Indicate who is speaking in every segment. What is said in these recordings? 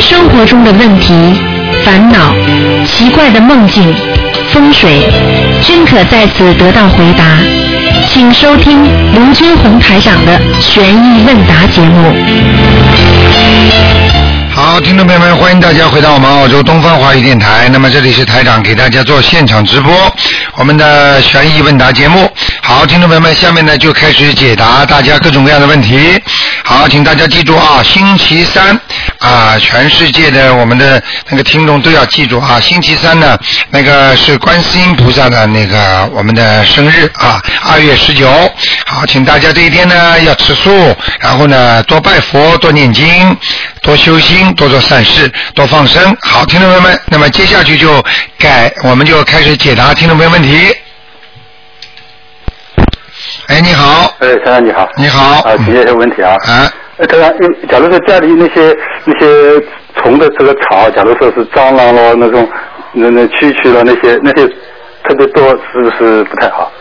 Speaker 1: 生活中的问题、烦恼、奇怪的梦境、风水，均可在此得到回答。请收听卢军红台长的《悬疑问答》节目。
Speaker 2: 好，听众朋友们，欢迎大家回到我们澳洲东方华语电台。那么这里是台长给大家做现场直播我们的悬疑问答节目。好，听众朋友们，下面呢就开始解答大家各种各样的问题。好，请大家记住啊，星期三啊，全世界的我们的那个听众都要记住啊，星期三呢，那个是观世音菩萨的那个我们的生日啊，二月十九。好，请大家这一天呢要吃素，然后呢多拜佛，多念经，多修心，多做善事，多放生。好，听众朋友们，那么接下去就改，我们就开始解答听众朋友问题。哎，你好，
Speaker 3: 哎，先生你好。
Speaker 2: 你好
Speaker 3: 啊，提一些问题啊。
Speaker 2: 啊，
Speaker 3: 呃，当然，嗯假如说家里那些那些虫的这个草，假如说是蟑螂咯那种，那那蛐蛐了那些那些特别多，是不是不太好？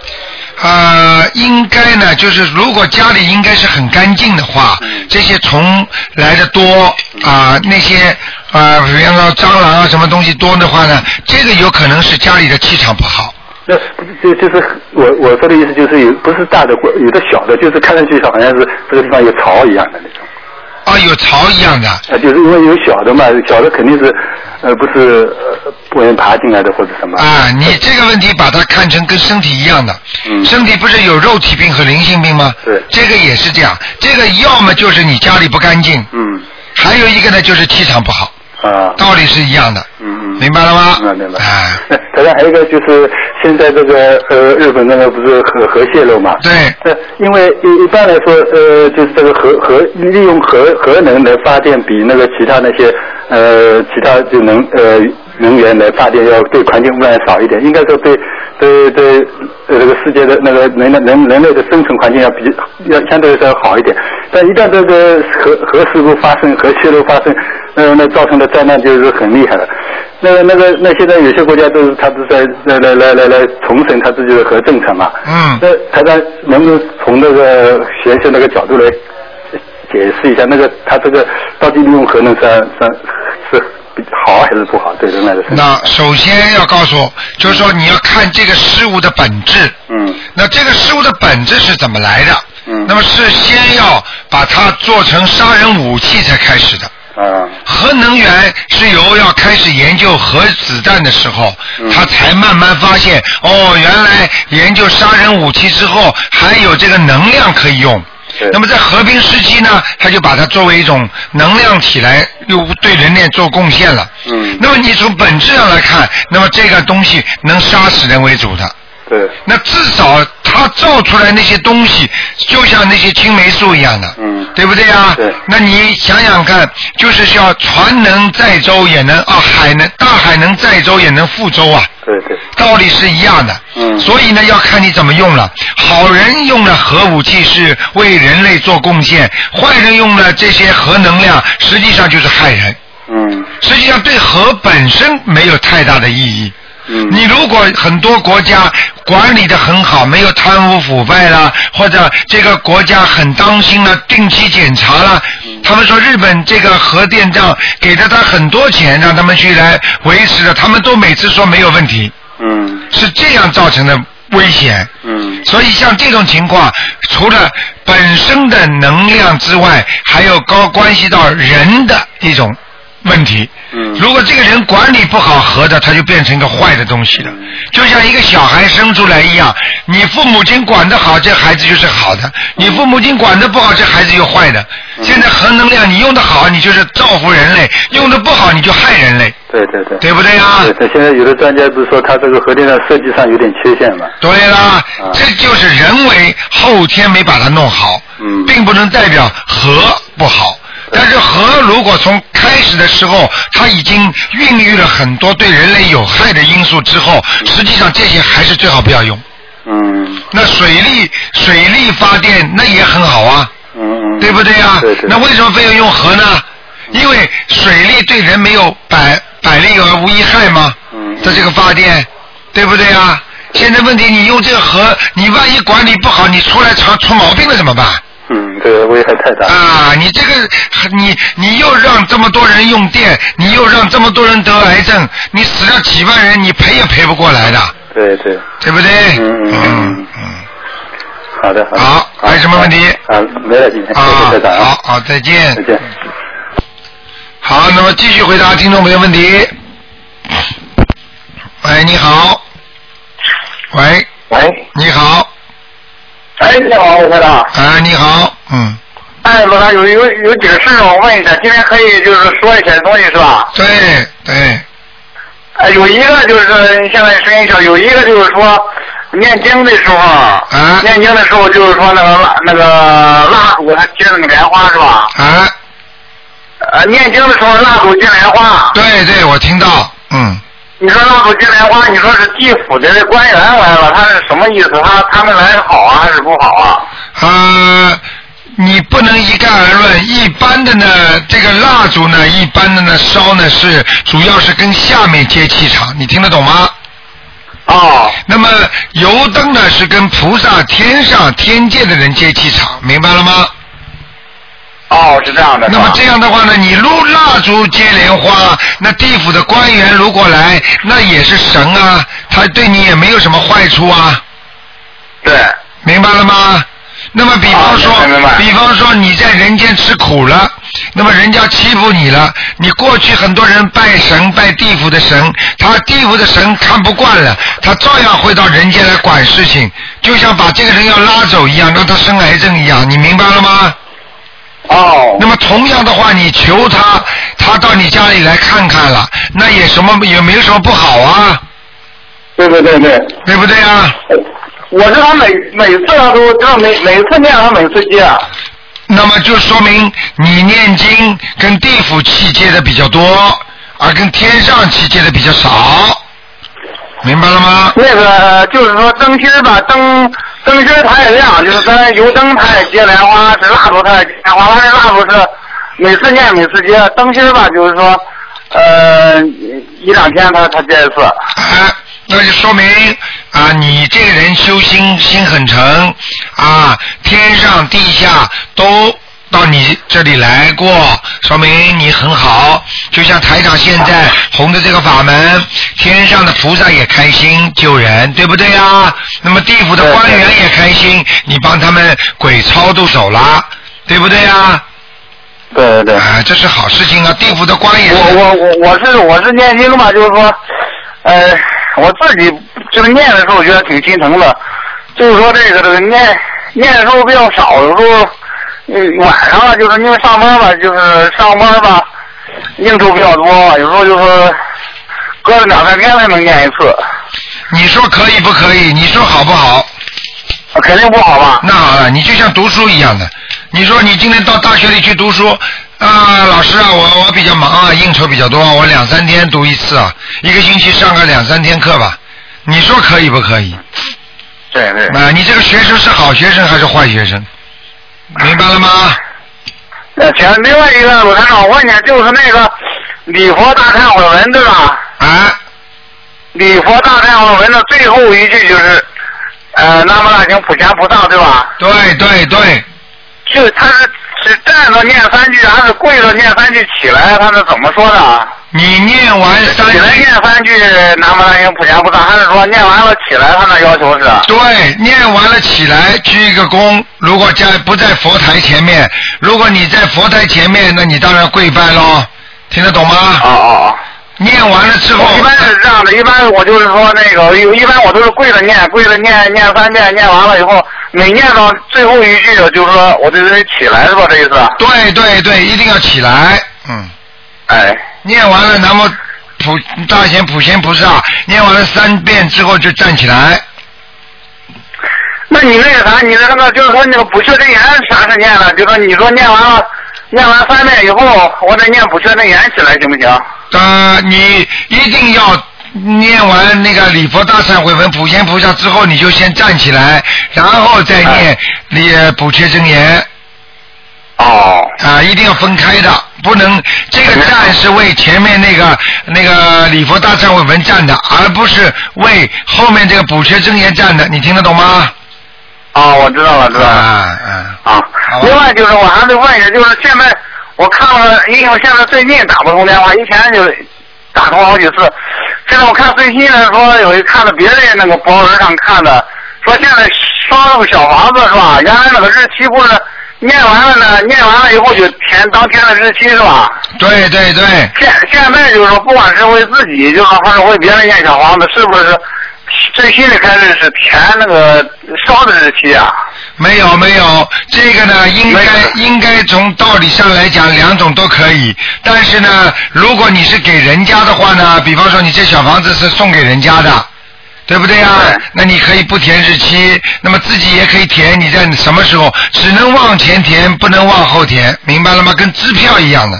Speaker 2: 呃，应该呢，就是如果家里应该是很干净的话，这些虫来的多啊、那些啊、比方说蟑螂啊什么东西多的话呢，这个有可能是家里的气场不好。
Speaker 3: 那就就是我我说的意思就是有不是大的，或有的小的，就是看上去好像是这个地方有巢一样的那种。
Speaker 2: 啊，有巢一样的，
Speaker 3: 啊，就是因为有小的嘛，小的肯定是呃不是呃不愿意爬进来的或者什么。
Speaker 2: 啊，你这个问题把它看成跟身体一样的，
Speaker 3: 嗯
Speaker 2: 身体不是有肉体病和灵性病吗？
Speaker 3: 对
Speaker 2: 这个也是这样，这个要么就是你家里不干净，
Speaker 3: 嗯
Speaker 2: 还有一个呢就是气场不好，
Speaker 3: 啊。
Speaker 2: 道理是一样的，
Speaker 3: 嗯嗯。
Speaker 2: 明白了吗？
Speaker 3: 明白明白
Speaker 2: 哎，
Speaker 3: 那当然还有一个就是现在这个呃日本那个不是核核泄漏嘛？
Speaker 2: 对，
Speaker 3: 呃，因为一一般来说，呃，就是这个核核利用核核能来发电，比那个其他那些呃其他就能呃能源来发电要对环境污染少一点，应该说对对对呃这个世界的那个人类人人类的生存环境要比要相对来说要好一点。但一旦这个核核事故发生、核泄漏发生，呃，那造成的灾难就是很厉害了。那个、那个、那现在有些国家都是，他都在来来来来来重审他自己的核政策嘛。
Speaker 2: 嗯
Speaker 3: 那台长能不能从那个学生那个角度来解释一下，那个他这个到底利用核能算算是比好还是不好对人类的身体？
Speaker 2: 那首先要告诉，就是说你要看这个事物的本质。
Speaker 3: 嗯
Speaker 2: 那这个事物的本质是怎么来的？
Speaker 3: 嗯
Speaker 2: 那么是先要把它做成杀人武器才开始的。
Speaker 3: 啊
Speaker 2: 核能源是由要开始研究核子弹的时候，
Speaker 3: 嗯
Speaker 2: 他才慢慢发现，哦，原来研究杀人武器之后还有这个能量可以用
Speaker 3: 对。
Speaker 2: 那么在和平时期呢，他就把它作为一种能量体来，又对人类做贡献了。
Speaker 3: 嗯
Speaker 2: 那么你从本质上来看，那么这个东西能杀死人为主的，
Speaker 3: 对
Speaker 2: 那至少它造出来那些东西，就像那些青霉素一样的，
Speaker 3: 嗯
Speaker 2: 对不对啊？
Speaker 3: 对
Speaker 2: 那你想想看，就是要船能载舟也能啊，海能大海能载舟也能覆舟啊。
Speaker 3: 对对
Speaker 2: 道理是一样的。
Speaker 3: 嗯
Speaker 2: 所以呢，要看你怎么用了。好人用了核武器是为人类做贡献，坏人用了这些核能量，实际上就是害人。
Speaker 3: 嗯
Speaker 2: 实际上对核本身没有太大的意义。
Speaker 3: 嗯
Speaker 2: 你如果很多国家管理的很好，没有贪污腐败啦，或者这个国家很当心了，定期检查啦，他们说日本这个核电站给了他很多钱，让他们去来维持的，他们都每次说没有问题，
Speaker 3: 嗯
Speaker 2: 是这样造成的危险。
Speaker 3: 嗯
Speaker 2: 所以像这种情况，除了本身的能量之外，还有高关系到人的一种问题。
Speaker 3: 嗯
Speaker 2: 如果这个人管理不好核的，他就变成一个坏的东西了
Speaker 3: 嗯，
Speaker 2: 就像一个小孩生出来一样，你父母亲管得好，这孩子就是好
Speaker 3: 嗯
Speaker 2: 的；你父母亲管得不好，这孩子就坏的。现在核能量你用得好，你就是造福人类；用得不好，你就害人类，
Speaker 3: 对对对。
Speaker 2: 对不对啊？
Speaker 3: 对，对现在有的专家不是说他这个核电站设计上有点缺陷嘛？
Speaker 2: 对啦
Speaker 3: 啊，
Speaker 2: 这就是人为后天没把它弄好，
Speaker 3: 嗯
Speaker 2: 并不能代表和不好。但是和如果从开始的时候，它已经孕育了很多对人类有害的因素之后，实际上这些还是最好不要用。
Speaker 3: 嗯
Speaker 2: 那水力水力发电那也很好啊，
Speaker 3: 嗯嗯。
Speaker 2: 对不对呀、
Speaker 3: 对对。
Speaker 2: 那为什么非要用核呢？
Speaker 3: 嗯
Speaker 2: 因为水力对人没有百百利而无一害吗？
Speaker 3: 嗯
Speaker 2: 它这个发电，对不对啊？现在问题，你用这个核，你万一管理不好，你出来常出毛病了怎么办？
Speaker 3: 嗯，这个危害太大。
Speaker 2: 啊，你这个你你又让这么多人用电，你又让这么多人得癌症，你死了几万人，你赔也赔不过来的，
Speaker 3: 对对，
Speaker 2: 对不对？
Speaker 3: 嗯嗯
Speaker 2: 嗯
Speaker 3: 嗯
Speaker 2: 嗯。
Speaker 3: 好的的
Speaker 2: 好还有什么问题
Speaker 3: 啊，没了，今天
Speaker 2: 啊
Speaker 3: 谢谢台，长
Speaker 2: 好
Speaker 3: 啊，
Speaker 2: 好，再见
Speaker 3: 再。见。
Speaker 2: 好，那么继续回答听众朋友问题。喂，你好。喂，
Speaker 4: 喂，
Speaker 2: 你好，
Speaker 4: 哎，你好，吴科长。
Speaker 2: 啊，你好，嗯，
Speaker 4: 哎，罗长，有有有几个事让我问一下，今天可以就是说一些东西是吧？
Speaker 2: 对对，
Speaker 4: 哎，有一个就是你现在声音小，有一个就是说念经的时候，
Speaker 2: 啊
Speaker 4: 念经的时候就是说那个蜡那个蜡烛它接那个莲花是吧？
Speaker 2: 啊，
Speaker 4: 呃，念经的时候蜡烛接莲花，
Speaker 2: 对对，我听到，嗯，
Speaker 4: 你说蜡烛接莲花，你说是地府的官员来了，他是什么意思？他他们来好啊还是不好啊？
Speaker 2: 呃，你不能一概而论。一般的呢，这个蜡烛呢，一般的呢烧呢是主要是跟下面接气场，你听得懂吗？
Speaker 4: 哦，
Speaker 2: 那么油灯呢是跟菩萨、天上天界的人接气场，明白了吗？
Speaker 4: 哦，是这样的。
Speaker 2: 那么这
Speaker 4: 样。
Speaker 2: 样的话呢，你撸蜡烛接莲花，那地府的官员如果来，那也是神啊，他对你也没有什么坏处啊，
Speaker 4: 对，
Speaker 2: 明白了吗？那么比方说，
Speaker 4: 啊明白明白
Speaker 2: 比方说你在人间吃苦了，那么人家欺负你了，你过去很多人拜神拜地府的神，他地府的神看不惯了，他照样会到人间来管事情，就像把这个人要拉走一样，让他生癌症一样，你明白了吗？
Speaker 4: 哦
Speaker 2: 那。么同样的话，你求他，他到你家里来看看了，那也什么也没有什么不好啊，
Speaker 4: 对对对对。
Speaker 2: 对不对啊？
Speaker 4: 我知道每每次他都知道每每次念他每次接，啊
Speaker 2: 那么就说明你念经跟地府气接的比较多，而跟天上气接的比较少，明白了吗？
Speaker 4: 啊那个就是说灯芯儿吧，灯灯芯儿它也亮，就是咱油灯它也接莲花，是蜡烛它也接莲花，但是蜡烛是每次念每次接，灯芯儿吧就是说，呃，一两天它它接一次。
Speaker 2: 啊，那就说明啊，你这个人修心心很诚啊，天上地下都到你这里来过，说明你很好。就像台长现在红的这个法门，天上的菩萨也开心救人，对不对啊？那么地府的官员也开心，你帮他们鬼超度走了，对不对啊？
Speaker 4: 对对对
Speaker 2: 啊，这是好事情啊！地府的官也是
Speaker 4: 我我我我是我是念经吧，就是说，呃，我自己就是念的时候觉得挺心疼的，就是说这个这个念念的时候比较少，有时候嗯晚上了就是因为上班吧，就是上班吧应酬比较多嘛，有时候就是隔了两三天才能念一次，
Speaker 2: 你说可以不可以？你说好不好？
Speaker 4: 啊肯定不好吧？
Speaker 2: 那好了，你就像读书一样的，你说你今天到大学里去读书，啊，老师啊，我我比较忙啊，应酬比较多啊，我两三天读一次啊，一个星期上个两三天课吧，你说可以不可以？
Speaker 4: 对对
Speaker 2: 啊，你这个学生是好学生还是坏学生？明白了吗？
Speaker 4: 呃，行，另外一个鲁台长，我问你，就是那个礼佛大忏悔文对吧？
Speaker 2: 啊，
Speaker 4: 礼佛大忏悔文的最后一句就是，呃，南无大行普贤菩萨，对吧？
Speaker 2: 对对对，
Speaker 4: 就他是是站着念三句，还是跪着念三句起来？他是怎么说的啊？
Speaker 2: 你念完三
Speaker 4: 起来念三句南无大行普贤菩萨，还是说念完了起来？他那要求是？啊
Speaker 2: 对，念完了起来鞠一个躬。如果在不在佛台前面，如果你在佛台前面，那你当然跪拜喽。听得懂吗？
Speaker 4: 哦哦
Speaker 2: 念完了之后
Speaker 4: 哦，，一般是这样的，一般我就是说那个，一一般我都是跪着念，跪着念念三遍，念完了以后，每念到最后一句，就是说我就得起来是吧？这意思？
Speaker 2: 对对对，一定要起来。嗯，
Speaker 4: 哎，
Speaker 2: 念完了，南无普大贤普贤菩萨，念完了三遍之后就站起来。
Speaker 4: 那你那个啥，啊你那个就是说那个补缺真言啥是念了？就说你说念完了，念完三遍以后，我再念补缺真言起来行不行？
Speaker 2: 呃，你一定要念完那个礼佛大忏悔文普贤菩萨之后，你就先站起来，然后再念
Speaker 4: 哎
Speaker 2: 礼呃补缺真言。
Speaker 4: 哦，
Speaker 2: 啊，一定要分开的，不能这个站是为前面那个那个礼佛大忏悔文站的，而不是为后面这个补缺真言站的，你听得懂吗？
Speaker 4: 哦，我知道了，知道了。
Speaker 2: 啊啊，
Speaker 4: 啊，
Speaker 2: 好吧
Speaker 4: 另外就是我还得问一下，就是现在我看了，因为我现在最近打不通电话，以前就打通好几次。现在我看最新的说有一看了别的那个博文上看的，说现在烧那个小房子是吧？原来那个日期不是念完了呢，念完了以后就填当天的日期是吧？
Speaker 2: 对对对，
Speaker 4: 现现在就是说，不管是为自己，就是说还是为别人念小房子，是不是最新的开始是填那个烧的日期啊？
Speaker 2: 没有没有，这个呢，应
Speaker 4: 没
Speaker 2: 该
Speaker 4: 有
Speaker 2: 应该从道理上来讲，两种都可以。但是呢，如果你是给人家的话呢，比方说你这小房子是送给人家的，对不对呀、
Speaker 4: 对
Speaker 2: 那你可以不填日期，那么自己也可以填你在什么时候，只能往前填，不能往后填，明白了吗？跟支票一样的，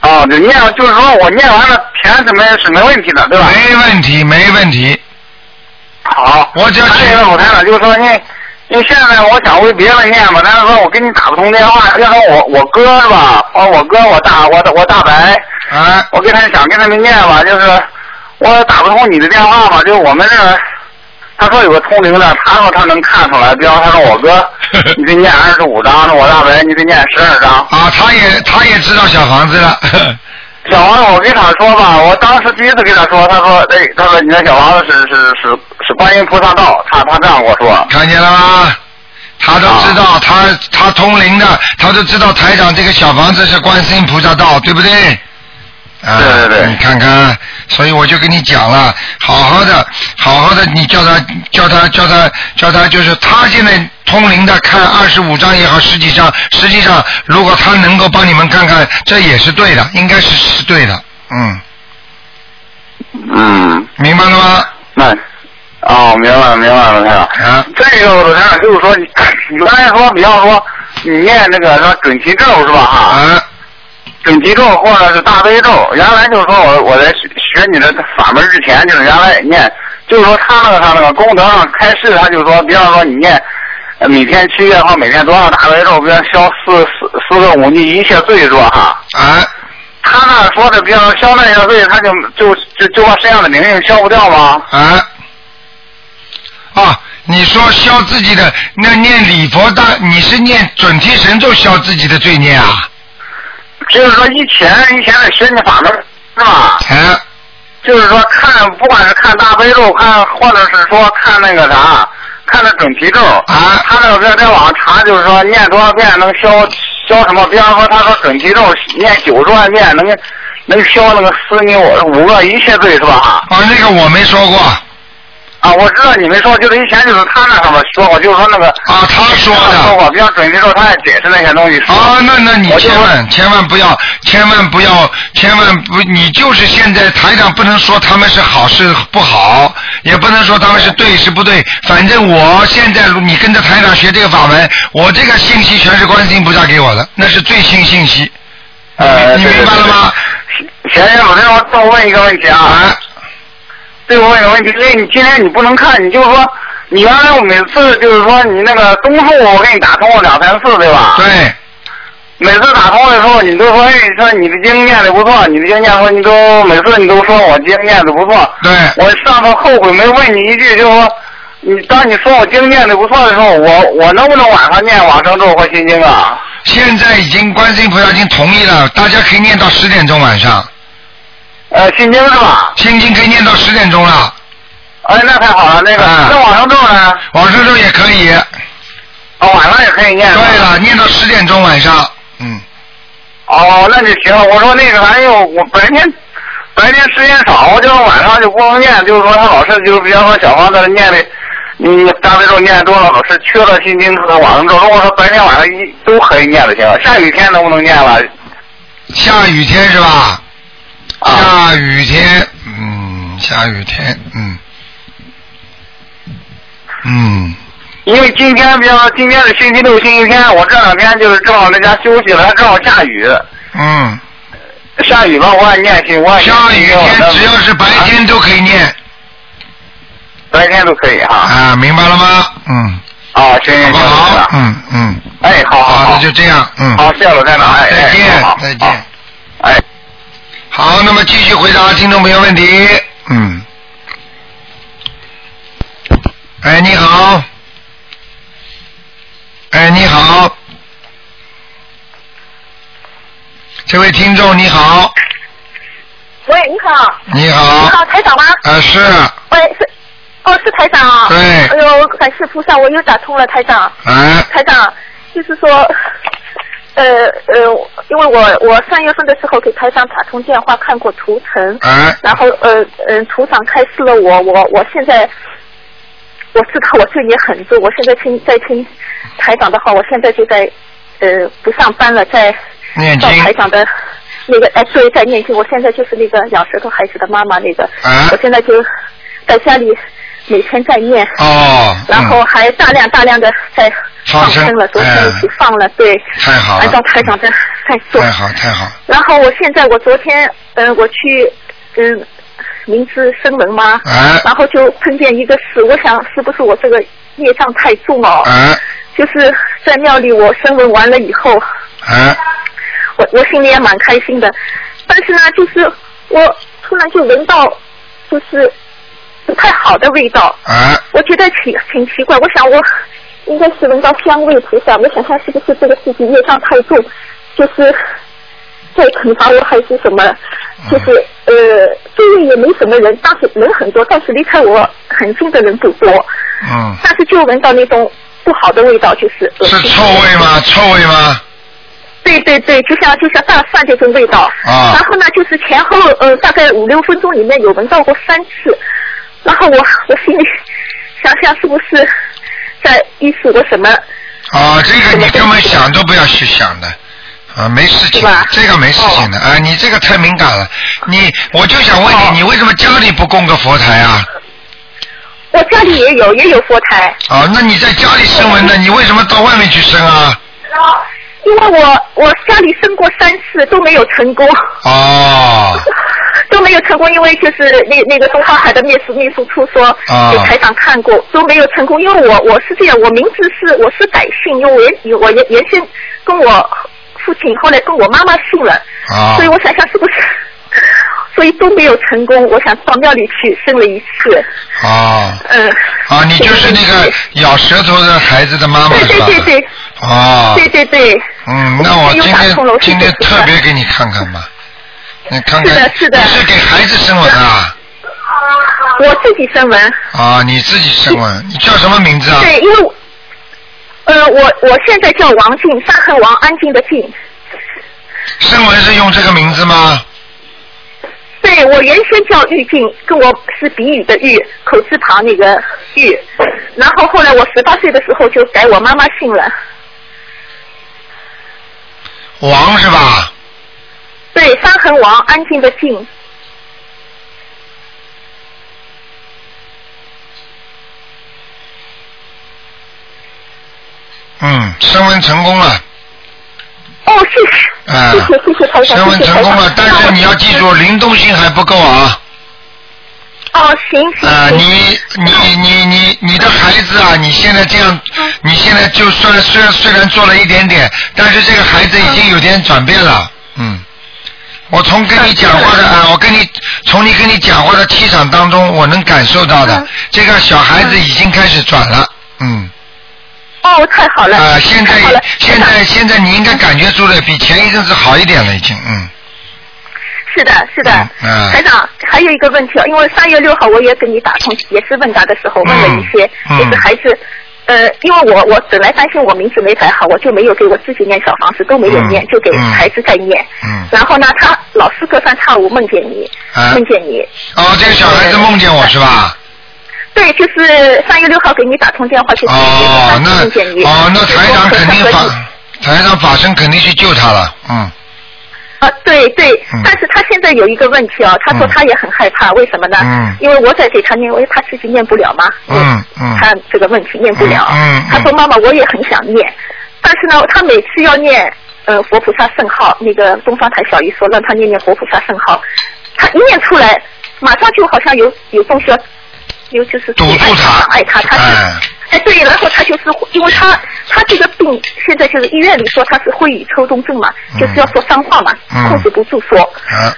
Speaker 4: 啊，就念就是说我念完了填什么是没问题的，对吧？
Speaker 2: 没问题，没问题。
Speaker 4: 好，
Speaker 2: 我只要
Speaker 4: 还有一个舞台长就是说因为因为现在我想为别人念嘛，但是说我跟你打不通电话，要说我我哥是吧？啊，我哥我大我大我大白，
Speaker 2: 啊，
Speaker 4: 我跟他想跟他们念吧，就是我打不通你的电话嘛，就是我们这儿，他说有个通灵的，他说他能看出来，比方他说我 哥你得念二十五章，那我大伯你得念十二章。
Speaker 2: 啊，他也他也知道小房子了，
Speaker 4: 小王子，我跟他说吧，我当时第一次跟他说，他说，哎，他说你那小王子是是是是观音菩萨道，他他这样跟我说。
Speaker 2: 看见了吗？他都知道，
Speaker 4: 啊
Speaker 2: 他他通灵的，他都知道台长这个小房子是观世音菩萨道，对不对？啊，
Speaker 4: 对对对
Speaker 2: 你看看，所以我就跟你讲了，好好的，好好的，你叫他叫他叫他叫他，就是他现在通灵的，看二十五章也好，实际上实际上，如果他能够帮你们看看，这也是对的，应该是是对的，嗯，
Speaker 4: 嗯，
Speaker 2: 明白了吗？
Speaker 4: 那哦，明白了，明白了，台长。
Speaker 2: 啊，
Speaker 4: 这个我台长就是说，你你刚才说，比方说你念那个说准提咒是吧？哈、
Speaker 2: 啊，
Speaker 4: 准提咒或者是大悲咒，原来就是说我我在学学你的法门之前，就是原来念，就是说他那个他那个功德上开示，他就说，比方说你念呃每天七月或每天多少大悲咒，比方消四四四个五逆一切罪是吧？哈，
Speaker 2: 啊，
Speaker 4: 他那说的，比方说消那些罪，他就就就就把身上的灵性消不掉吗？
Speaker 2: 啊，啊，你说消自己的那念礼佛大，你是念准提神咒消自己的罪孽啊？
Speaker 4: 就是说以前以前在学你法门是
Speaker 2: 啊，
Speaker 4: 吧？就是说看不管是看大悲咒，看或者是说看那个啥，看那准提咒。
Speaker 2: 啊
Speaker 4: 他那个在在网上查，就是说念多少遍能消消什么？比方说他说准提咒念九十万遍能能消那个四逆五五个一切罪是吧？
Speaker 2: 哦，那个我没说过啊，
Speaker 4: 啊，我知道你们说就是以前就是他那上面说过，就是说那个
Speaker 2: 啊他说
Speaker 4: 说
Speaker 2: 的。
Speaker 4: 过，比方准提咒他也解释那些东西说。
Speaker 2: 啊，那那你
Speaker 4: 我就
Speaker 2: 千万千万不要，千万不要，千万不，你就是现在台长不能说他们是好是不好，也不能说他们是对是不对，反正我现在如你跟着台长学这个法门，我这个信息全是观世音菩萨给我的，那是最新信息。
Speaker 4: 呃，
Speaker 2: 你明白了吗？
Speaker 4: 前天我再我再问一个问题啊，对我有个问题，因为你今天你不能看，你就是说，你原来我每次就是说你那个综述我给你打通过两三次，对吧？。
Speaker 2: 对，
Speaker 4: 每次打通的时候，你都说，哎，说你的经验的不错，你的经验说你都每次你都说我经验的不错。
Speaker 2: 对
Speaker 4: 我上次后悔没问你一句，就是说，你当你说我经验的不错的时候，我我能不能晚上念往生咒或心经啊？
Speaker 2: 现在已经观世音菩萨已经同意了，大家可以念到十点钟晚上，
Speaker 4: 呃，心经是吧？
Speaker 2: 心经可以念到十点钟了，
Speaker 4: 哎，那太好了，那个、
Speaker 2: 啊
Speaker 4: 那往生咒呢？
Speaker 2: 往生咒也可以。
Speaker 4: 哦，晚上也可以念。
Speaker 2: 对了，。念到十点钟晚上，嗯，
Speaker 4: 哦，那就行了。我说那个啥，因为我白天白天时间少，我就晚上就不能念，就是说他老是就是比方说小王在那念的，你大悲咒念多了，老是缺了心经和往生咒。如果说白天晚上一都可以念就行了，下雨天能不能念了？
Speaker 2: 下雨天是吧？
Speaker 4: 啊，
Speaker 2: 下雨天，嗯，下雨天，嗯，嗯，
Speaker 4: 因为今天比方说今天是星期六、星期天，我这两天就是正好在家休息了，还正好下雨。
Speaker 2: 嗯，
Speaker 4: 下雨吧，我也念心，我也念
Speaker 2: 下
Speaker 4: 心
Speaker 2: 雨
Speaker 4: 经我
Speaker 2: 天
Speaker 4: 那
Speaker 2: 只要是白天都可以念
Speaker 4: 白天都可以哈。
Speaker 2: 啊，明白了吗？嗯，
Speaker 4: 啊，
Speaker 2: 好
Speaker 4: 行行
Speaker 2: 不
Speaker 4: 行，行
Speaker 2: 好
Speaker 4: 了？
Speaker 2: 嗯嗯，
Speaker 4: 哎，好好
Speaker 2: 好，
Speaker 4: 好，
Speaker 2: 那就这样，嗯，
Speaker 4: 好，谢谢老站长，哎，
Speaker 2: 再
Speaker 4: 哎
Speaker 2: 见
Speaker 4: 好，
Speaker 2: 再
Speaker 4: 好
Speaker 2: 见。
Speaker 4: 哎。
Speaker 2: 好，那么继续回答听众朋友问题。嗯。哎，你好。哎，你好。这位听众你好，
Speaker 5: 喂，你好，
Speaker 2: 你
Speaker 5: 你
Speaker 2: 好
Speaker 5: 好，，台长吗？
Speaker 2: 啊是，
Speaker 5: 喂，是，哦，是台长啊。
Speaker 2: 对
Speaker 5: 哎呦，感谢菩萨，我又打通了，台长。
Speaker 2: 哎，
Speaker 5: 台长，就是说，呃呃，因为我我三月份的时候给台长打通电话，看过图腾，
Speaker 2: 哎，
Speaker 5: 然后呃嗯，图长开示了我，我我现在我知道我罪孽很重，我现在听在听台长的话，我现在就在呃不上班了，在
Speaker 2: 念
Speaker 5: 照
Speaker 2: 经，
Speaker 5: 台长的那个哎，对，在念经。我现在就是那个咬舌头孩子的妈妈那个，
Speaker 2: 啊
Speaker 5: 我现在就在家里每天在念，
Speaker 2: 哦，
Speaker 5: 然后
Speaker 2: 嗯
Speaker 5: 还大量大量的在
Speaker 2: 放
Speaker 5: 放
Speaker 2: 生
Speaker 5: 生了，昨天
Speaker 2: 哎
Speaker 5: 一起放了，对，
Speaker 2: 太好
Speaker 5: 按照
Speaker 2: 了，
Speaker 5: 台长的哎在做。
Speaker 2: 太好太好，
Speaker 5: 然后我现在我昨天嗯，我去嗯明知生人嘛，
Speaker 2: 哎
Speaker 5: 然后就碰见一个事，我想是不是我这个业障太重哦？
Speaker 2: 哎
Speaker 5: 就是在庙里我生闻完了以后，
Speaker 2: 哎，
Speaker 5: 我我心里也蛮开心的，但是呢，就是我突然就闻到就是不太好的味道，
Speaker 2: 哎，
Speaker 5: 我觉得奇挺奇怪，我想我应该是闻到香味菩萨，我想他是不是这个事情业障太重，就是在惩罚我还是什么，就是呃周围也没什么人，但是人很多，但是离开我很近的人不多，
Speaker 2: 嗯，
Speaker 5: 但是就闻到那种不好的味道，就是恶
Speaker 2: 是
Speaker 5: 心
Speaker 2: 臭味吗？臭味吗？
Speaker 5: 对对对，就像就像大蒜这种味道。
Speaker 2: 啊
Speaker 5: 然后呢，就是前后呃大概五六分钟里面有闻到过三次，然后我我心里想想是不是在预示我什么？
Speaker 2: 啊，这个你根本想都不要去想的。啊，没事情
Speaker 5: 是吧，
Speaker 2: 这个没事情的。啊，你这个太敏感了。你，我就想问
Speaker 5: 哦
Speaker 2: 你，你为什么家里不供个佛台啊？
Speaker 5: 我家里也有也有佛台，
Speaker 2: 啊，那你在家里生
Speaker 5: 哦
Speaker 2: 蚊的，你为什么到外面去生啊？
Speaker 5: 因为我我家里生过三次都没有成功。
Speaker 2: 哦，
Speaker 5: 都没有成功，因为就是那那个东方海的秘书秘书处说
Speaker 2: 啊
Speaker 5: 给台长看过，都没有成功。因为我我是这样，我名字是我是改姓，因为我原我原原先跟我父亲，后来跟我妈妈姓了，
Speaker 2: 啊
Speaker 5: 所以我想想是不是，所以都没有成功。我想到庙里去生了一次，
Speaker 2: 哦，
Speaker 5: 嗯。
Speaker 2: 啊，你就是那个咬舌头的孩子的妈妈
Speaker 5: 对
Speaker 2: 是
Speaker 5: 对
Speaker 2: 吧？
Speaker 5: 对对
Speaker 2: 哦，
Speaker 5: 对对对，
Speaker 2: 嗯，那我今
Speaker 5: 我们又打通
Speaker 2: 天
Speaker 5: 了我是
Speaker 2: 今天
Speaker 5: 主持人
Speaker 2: 特别给你看看吧，你看看，
Speaker 5: 是的是的
Speaker 2: 你是给孩子生吻啊？
Speaker 5: 我自己生完。
Speaker 2: 啊，你自己生吻，你叫什么名字啊？
Speaker 5: 对，因为我呃，我我现在叫王静，沙恨王，安静的静。
Speaker 2: 生吻是用这个名字吗？
Speaker 5: 对，我原先叫玉静，跟我是鼻语的玉，口字旁那个玉。然后后来我十八岁的时候就改我妈妈姓了。
Speaker 2: 王是吧？
Speaker 5: 对，山横王，安静的静。
Speaker 2: 嗯，生吻成功了，
Speaker 5: 哦，谢谢，
Speaker 2: 啊
Speaker 5: 谢，谢，谢谢台
Speaker 2: 生
Speaker 5: 长，
Speaker 2: 吻
Speaker 5: 谢谢
Speaker 2: 成
Speaker 5: 台
Speaker 2: 功
Speaker 5: 长
Speaker 2: 了，。但是你要记住，灵动性还不够啊。
Speaker 5: 哦，行行
Speaker 2: 啊，
Speaker 5: 行。
Speaker 2: 你你你你你的孩子啊，你现在这样，
Speaker 5: 嗯
Speaker 2: 你现在就算虽然虽然做了一点点，但是这个孩子已经有点转变了，嗯。我从跟你讲话的
Speaker 5: 嗯
Speaker 2: 啊，我跟你从你跟你讲话的气场当中，我能感受到
Speaker 5: 嗯
Speaker 2: 的，这个小孩子已经开始转了，嗯，
Speaker 5: 哦，太好了。
Speaker 2: 啊，现
Speaker 5: 太好了
Speaker 2: 在现
Speaker 5: 台长
Speaker 2: 在现在你应该感觉出来，比前一阵子好一点了，已经，嗯，
Speaker 5: 是的，是的，
Speaker 2: 嗯嗯
Speaker 5: 台长，还有一个问题啊，因为三月六号我也跟你打通，也是问答的时候问了一些，
Speaker 2: 嗯嗯
Speaker 5: 就是还是，呃，因为我我本来担心我名字没改好，我就没有给我自己念小房子，都没有念，
Speaker 2: 嗯
Speaker 5: 就给孩子在念。
Speaker 2: 嗯嗯
Speaker 5: 然后呢，他老是隔三差五梦见你，
Speaker 2: 啊
Speaker 5: 梦见你，
Speaker 2: 哦，这个小孩子梦见我是吧？
Speaker 5: 对，就是三月六号给你打通电话，就是
Speaker 2: 哦，那
Speaker 5: 梦见你，
Speaker 2: 哦，那台长肯定
Speaker 5: 就是
Speaker 2: 法
Speaker 5: 说和你，
Speaker 2: 台长法身肯定去救他了，嗯，
Speaker 5: 啊，对对，
Speaker 2: 嗯
Speaker 5: 但是他现在有一个问题哦，他说他也很害怕，为什么呢？
Speaker 2: 嗯
Speaker 5: 因为我在给他念，因为他自己念不了嘛，
Speaker 2: 嗯嗯
Speaker 5: 他这个问题念不了，
Speaker 2: 嗯嗯嗯
Speaker 5: 他说妈妈我也很想念，但是呢，他每次要念呃佛菩萨圣号，那个东方台小姨说让他念念佛菩萨圣号，他一念出来，马上就好像有有东西要，有就是
Speaker 2: 堵住他
Speaker 5: 爱他，他是。
Speaker 2: 哎
Speaker 5: 哎，对，然后他就是因为他他这个病，现在就是医院里说他是会语抽动症嘛，
Speaker 2: 嗯
Speaker 5: 就是要说脏话嘛，
Speaker 2: 嗯
Speaker 5: 控制不住说。
Speaker 2: 啊，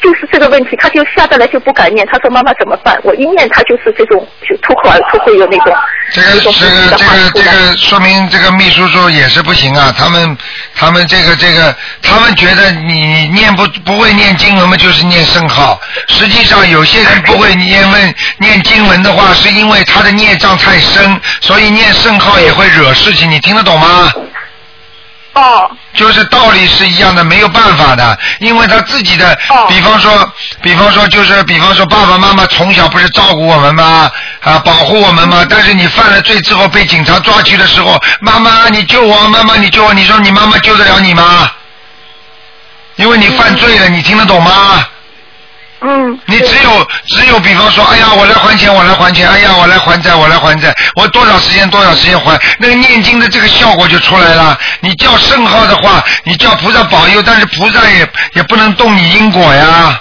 Speaker 5: 就是这个问题，他就下得来就不敢念。他说妈妈怎么办？我一念他就是这种就吐口而出会有那种
Speaker 2: 这个
Speaker 5: 那种
Speaker 2: 这个
Speaker 5: 不的
Speaker 2: 这
Speaker 5: 话
Speaker 2: 个
Speaker 5: 出
Speaker 2: 这
Speaker 5: 来。
Speaker 2: 个说明这个秘书处也是不行啊，他们他们这个这个他们觉得你你念不不会念经文嘛，就是念圣号。实际上有些人不会念问念经文的话，是因为他的孽障太深，所以念圣号也会惹事情。你听得懂吗？
Speaker 5: 哦
Speaker 2: 就是道理是一样的，没有办法的，因为他自己的，
Speaker 5: 哦
Speaker 2: 比方说，比方说就是，比方说爸爸妈妈从小不是照顾我们吗？啊，保护我们
Speaker 5: 嗯
Speaker 2: 吗？但是你犯了罪之后被警察抓去的时候，妈妈你救我，妈妈你救我，你说你妈妈救得了你吗？因为你犯罪了，你听得懂吗？
Speaker 5: 嗯，
Speaker 2: 你只有只有比方说，哎呀，我来还钱，我来还钱，哎呀，我来还债，我来还债，我多少时间多少时间还，那个念经的这个效果就出来了。你叫圣号的话，你叫菩萨保佑，但是菩萨也也不能动你因果呀。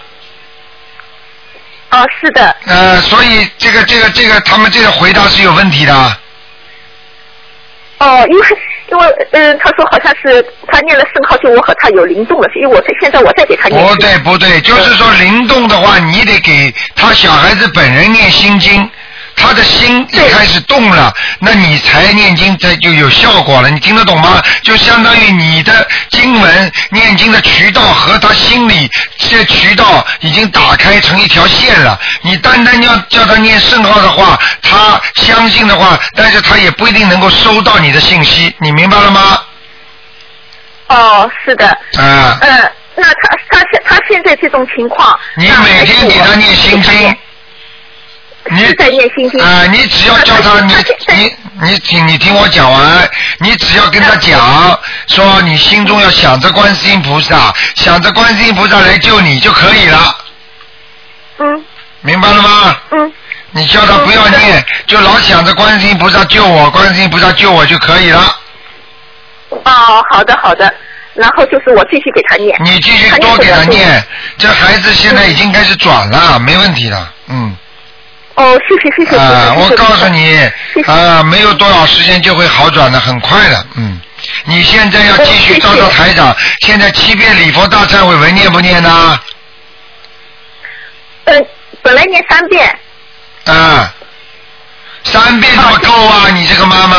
Speaker 5: 哦是的，
Speaker 2: 呃，所以这个这个这个，他们这个回答是有问题的。
Speaker 5: 哦，因为因为嗯，他说好像是他念了圣号，就我和他有灵动了，因为我在现在我在给他念。
Speaker 2: 不哦对不对，就是说灵动的话，你得给他小孩子本人念心经，他的心一开始动了，那你才念经才就有效果了。你听得懂吗？就相当于你的经文念经的渠道和他心里这渠道已经打开成一条线了。你单单要叫他念圣号的话，他相信的话，但是他也不一定能够收到你的信息。你明白了吗？
Speaker 5: 哦，是的，
Speaker 2: 啊、
Speaker 5: 嗯，那他他现他现在这种情况，
Speaker 2: 你
Speaker 5: 那
Speaker 2: 每
Speaker 5: 还是
Speaker 2: 天给他
Speaker 5: 我
Speaker 2: 念心经。你
Speaker 5: 是在念心经
Speaker 2: 啊、你只要叫他，你
Speaker 5: 那他现在
Speaker 2: 你你听你听我讲完，你只要跟他讲说你心中要想着观世音菩萨，想着观世音菩萨来救你就可以了，
Speaker 5: 嗯
Speaker 2: 明白了吗？
Speaker 5: 嗯，
Speaker 2: 你叫他不要念，就老想着观世音菩萨救我，观世音菩萨救我就可以了。
Speaker 5: 哦，好的好的，然后就是我继续给他念。
Speaker 2: 你继续多给他念，这孩子现在已经开始转了，没问题了，嗯。
Speaker 5: 哦，谢谢谢谢。
Speaker 2: 啊，我告诉你
Speaker 5: 谢，谢
Speaker 2: 啊，没有多少时间就会好转的，很快的，嗯。你现在要继续
Speaker 5: 哦谢谢
Speaker 2: 照照台长，现在七遍礼佛大忏悔文念不念呢？
Speaker 5: 嗯，本来念三遍，
Speaker 2: 啊，三遍怎么够啊？你这个妈妈，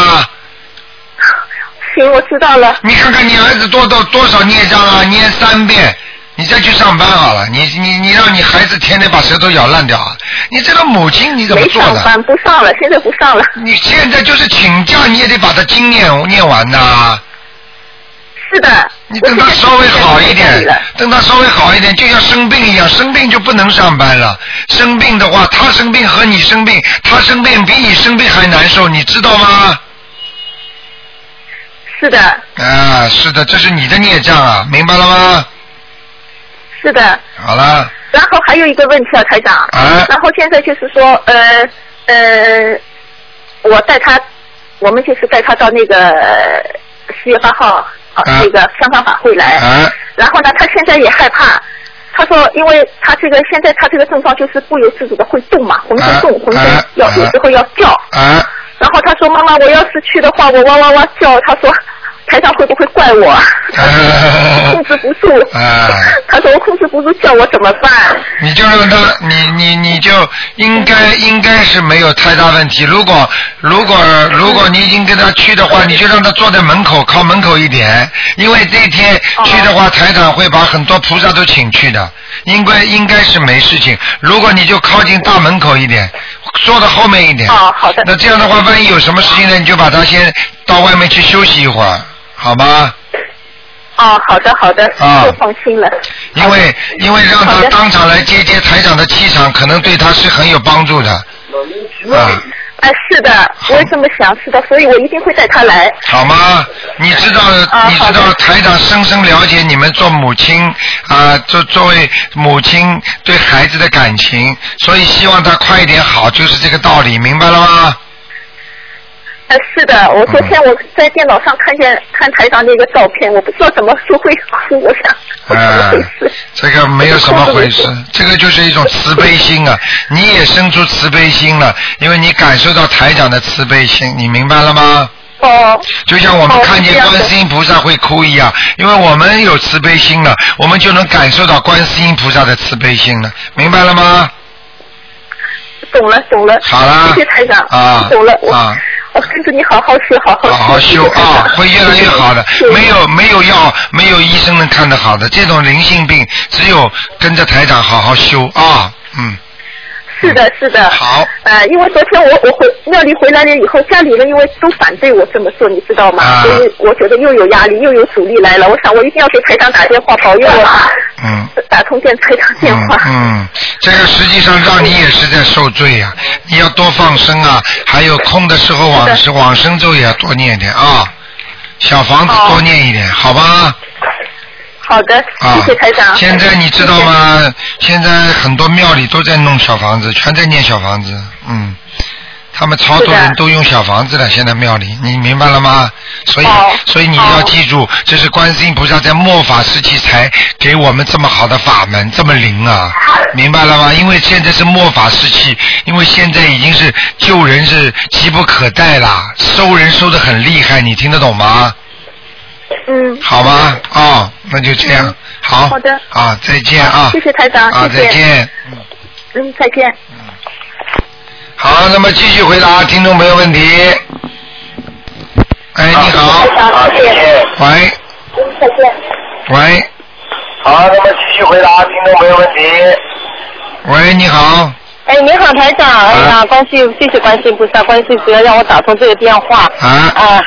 Speaker 5: 行，我知道了。
Speaker 2: 你看看你儿子多多多少孽障啊？念三遍，你再去上班好了。你你你让你孩子天天把舌头咬烂掉啊！你这个母亲你怎么
Speaker 5: 没
Speaker 2: 做
Speaker 5: 上
Speaker 2: 的？
Speaker 5: 班，不上了，现在不上了。
Speaker 2: 你现在就是请假，你也得把它经念念完呐、
Speaker 5: 是的。
Speaker 2: 你等他稍微好一
Speaker 5: 我现在就在家里
Speaker 2: 点
Speaker 5: 了，
Speaker 2: 等他稍微好一点，就像生病一样，生病就不能上班了。生病的话，他生病和你生病，他生病比你生病还难受，你知道吗？
Speaker 5: 是的，
Speaker 2: 啊，是的，这是你的孽障啊，明白了吗？
Speaker 5: 是的。
Speaker 2: 好了，
Speaker 5: 然后还有一个问题啊，台长。
Speaker 2: 啊
Speaker 5: 然后现在就是说，呃呃，我带他，我们就是带他到那个呃四月八号啊
Speaker 2: 啊
Speaker 5: 那个香港法会来。
Speaker 2: 啊
Speaker 5: 然后呢，他现在也害怕。他说，因为他这个现在他这个症状就是不由自主的会动嘛，浑身动，浑身
Speaker 2: 啊
Speaker 5: 要、
Speaker 2: 啊
Speaker 5: 有时候要叫。
Speaker 2: 啊，
Speaker 5: 然后他说：“妈妈，我要是去的话，我哇哇哇叫。”他说：“台上会不会怪我？控制不住。
Speaker 2: 啊
Speaker 5: 他说：“我控制不住叫，我怎么办
Speaker 2: 你就让他，你你你就应该应该是没有太大问题。如果如果如果你已经跟他去的话，你就让他坐在门口，靠门口一点，因为这一天去的话，台长会把很多菩萨都请去的，应该应该是没事情。如果你就靠近大门口一点，坐到后面一点。
Speaker 5: 哦好的
Speaker 2: 那这样的话，万一有什么事情呢，你就把他先到外面去休息一会儿，好吗？？”
Speaker 5: 哦，好的好的，
Speaker 2: 啊
Speaker 5: 我放心了。
Speaker 2: 因为因为让
Speaker 5: 好
Speaker 2: 他
Speaker 5: 的
Speaker 2: 当场来接接台长的气场，可能对他是很有帮助的。啊，
Speaker 5: 哎，是的，我也这么想，是的，所以我一定会带他来。
Speaker 2: 好吗？你知道，
Speaker 5: 啊
Speaker 2: 你知
Speaker 5: 好
Speaker 2: 道
Speaker 5: 的
Speaker 2: 台长深深了解你们做母亲啊，作作为母亲对孩子的感情，所以希望他快一点好，就是这个道理，明白了吗？
Speaker 5: 哎，是的，我昨天
Speaker 2: 嗯
Speaker 5: 我在电脑上看见看台上那个照片，我不知道怎么就会哭，我想我怎么
Speaker 2: 啊
Speaker 5: 回事？，
Speaker 2: 这个没有什么回事
Speaker 5: 我就，
Speaker 2: 这个就是一种慈悲心啊！你也生出慈悲心了，因为你感受到台长的慈悲心，你明白了吗？
Speaker 5: 哦，
Speaker 2: 就像我们
Speaker 5: 哦
Speaker 2: 看
Speaker 5: 是
Speaker 2: 见
Speaker 5: 这样的
Speaker 2: 观世音菩萨会哭一样，因为我们有慈悲心了，我们就能感受到观世音菩萨的慈悲心了，明白了吗？
Speaker 5: 懂了懂了。
Speaker 2: 好啦
Speaker 5: 谢谢台长。
Speaker 2: 啊
Speaker 5: 懂了，我、
Speaker 2: 啊
Speaker 5: 我跟着你好好学，好好
Speaker 2: 好好
Speaker 5: 学
Speaker 2: 修
Speaker 5: 嗯谢谢台
Speaker 2: 啊
Speaker 5: 长，
Speaker 2: 会越来越好的
Speaker 5: 谢谢。
Speaker 2: 没有没有药，没有医生能看得好的，这种灵性病只有跟着台长好好修啊，嗯，
Speaker 5: 是的，是的。
Speaker 2: 好。
Speaker 5: 呃，因为昨天我我回庙里回来了以后，家里人因为都反对我这么做，你知道吗？
Speaker 2: 啊
Speaker 5: 所以我觉得又有压力，又有阻力来了。我想我一定要给台长打电话，保佑我
Speaker 2: 嗯。
Speaker 5: 打通电台长电话。
Speaker 2: 嗯。嗯，这个实际上让你也是在受罪呀、你要多放生啊，还有空的时候往
Speaker 5: 是
Speaker 2: 生往生咒也要多念一点啊，小房子多念一点，好吧？
Speaker 5: 好的，
Speaker 2: 啊，
Speaker 5: 谢谢台长。
Speaker 2: 现在你知道吗？现在很多庙里都在弄小房子，全在念小房子，嗯。他们操作
Speaker 5: 是
Speaker 2: 人
Speaker 5: 的
Speaker 2: 都用小房子了，现在庙里，你明白了吗？所以，
Speaker 5: 哦
Speaker 2: 所以你
Speaker 5: 哦
Speaker 2: 要记住，这是观世音菩萨在末法时期才给我们这么好的法门，这么灵啊，明白了吗？因为现在是末法时期，因为现在已经是救人是急不可待啦，收人收的很厉害，你听得懂吗？
Speaker 5: 嗯，
Speaker 2: 好吧，哦，那就这样，好，
Speaker 5: 好的
Speaker 2: 啊，再见啊，
Speaker 5: 谢谢台长，
Speaker 2: 啊，
Speaker 5: 谢
Speaker 2: 再
Speaker 5: 谢。
Speaker 2: 见，
Speaker 5: 嗯，再见。
Speaker 2: 好，那么继续回答听众朋友问题。哎，你好，
Speaker 4: 啊，谢谢。
Speaker 2: 喂，
Speaker 5: 嗯，再见。
Speaker 2: 喂，
Speaker 4: 好，那么继续回答听众朋友问题。
Speaker 2: 喂，你好，
Speaker 6: 哎，你好，台长！哎
Speaker 4: 啊
Speaker 6: 呀，关系谢谢关心菩萨，关心菩萨让我打通这个电话。
Speaker 2: 啊
Speaker 6: 啊，啊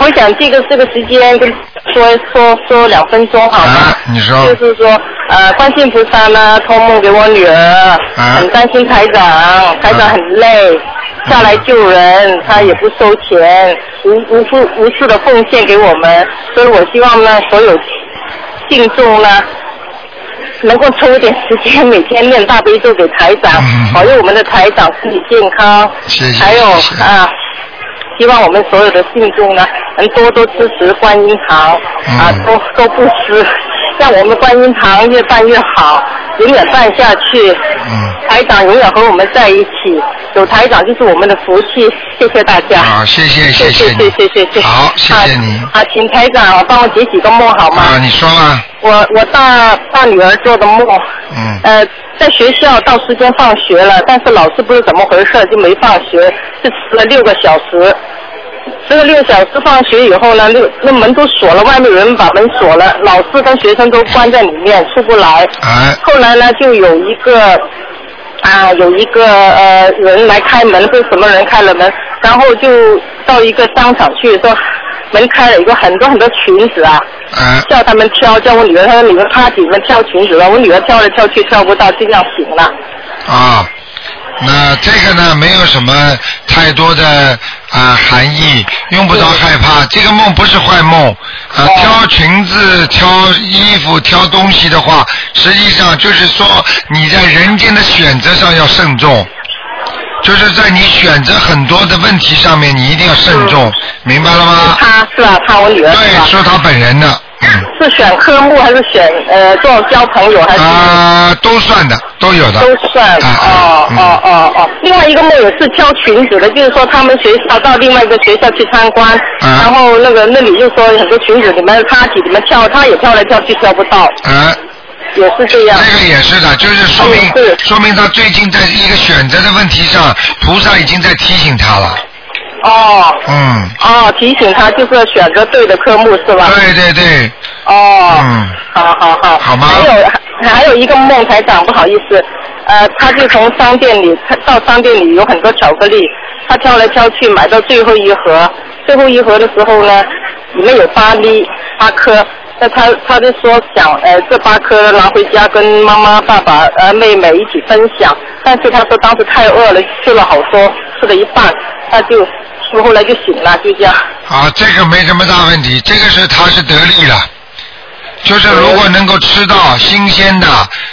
Speaker 6: 我想这个这个时间跟说说说两分钟好吗？
Speaker 2: 啊，你说，
Speaker 6: 就是说，呃，观世音菩萨呢，托梦给我女儿，
Speaker 2: 啊
Speaker 6: 很担心台长，台长很累，下来救人，他也不收钱，无无数无数的奉献给我们，所以我希望呢，所有信众呢。能够抽一点时间， 每天念大悲咒给台长
Speaker 2: 嗯，
Speaker 6: 保佑我们的台长身体健康。
Speaker 2: 谢谢
Speaker 6: 还有
Speaker 2: 谢谢
Speaker 6: 啊，希望我们所有的信众呢，能多多支持观音堂、啊
Speaker 2: 嗯，
Speaker 6: 多多布施，让我们观音堂越办越好，永远办下去。
Speaker 2: 嗯
Speaker 6: 台长永远和我们在一起，有台长就是我们的福气，谢谢大家。
Speaker 2: 好，啊谢谢，
Speaker 6: 谢
Speaker 2: 谢
Speaker 6: 谢
Speaker 2: 你，
Speaker 6: 谢谢谢，
Speaker 2: 好，谢谢你，
Speaker 6: 啊，啊请台长帮我解几个梦好吗？
Speaker 2: 啊，你说吧，
Speaker 6: 我我大大女儿做的梦，
Speaker 2: 嗯
Speaker 6: 呃，在学校到时间放学了，但是老师不知怎么回事就没放学，就迟了六个小时。迟了六个小时放学以后呢，那那门都锁了，外面有人把门锁了，老师跟学生都关在里面出不来。
Speaker 4: 啊
Speaker 2: 哎，
Speaker 6: 后来呢，就有一个啊，有一个呃人来开门，是什么人开了门？然后就到一个商场去，说门开了，有很多很多裙子啊。
Speaker 2: 哎，
Speaker 6: 叫他们挑，叫我女儿，她说你们趴几们挑裙子了，我女儿挑来挑去挑不到，尽量醒了。
Speaker 2: 啊，那这个呢，没有什么太多的啊、含义，用不着害怕。这个梦不是坏梦啊、
Speaker 6: 哦
Speaker 2: 挑裙子、挑衣服、挑东西的话，实际上就是说你在人间的选择上要慎重。就是在你选择很多的问题上面，你一定要慎重，明白了吗？
Speaker 6: 她嗯是吧？她我女儿是
Speaker 2: 对，
Speaker 6: 吧？
Speaker 2: 说他本人的，嗯，
Speaker 6: 是选科目还是选呃做交朋友还是？
Speaker 2: 啊、都算的，都有的，
Speaker 6: 都算
Speaker 2: 啊
Speaker 6: 哦
Speaker 2: 嗯
Speaker 6: 哦哦哦，另外一个梦也是挑裙子的，就是说他们学校到另外一个学校去参观，
Speaker 2: 嗯
Speaker 6: 然后那个那里就说很多裙子你们趴几你们挑，她也挑来挑去挑不到，
Speaker 2: 哎
Speaker 6: 也是这样。
Speaker 2: 这个也是的，就是说明、
Speaker 6: 嗯是
Speaker 2: 说明他最近在一个选择的问题上，菩萨已经在提醒他了。
Speaker 6: 哦
Speaker 2: 嗯，
Speaker 6: 哦，提醒她就是要选择对的科目是吧？
Speaker 2: 对对对，
Speaker 6: 哦。
Speaker 2: 嗯，
Speaker 6: 好好好，
Speaker 2: 好吗
Speaker 6: 还有还有一个梦，台长不好意思，呃，他就从商店里，他到商店里有很多巧克力，他挑来挑去，买到最后一盒，最后一盒的时候呢，里面有八粒八颗，那他他就说想，呃，这八颗拿回家跟妈妈、爸爸、呃妹妹一起分享，但是他说当时太饿了，吃了好多，吃了一半，他就后来就醒了，就这样。
Speaker 2: 啊，这个没什么大问题，这个是他是得利了。就是如果能够吃到新鲜的、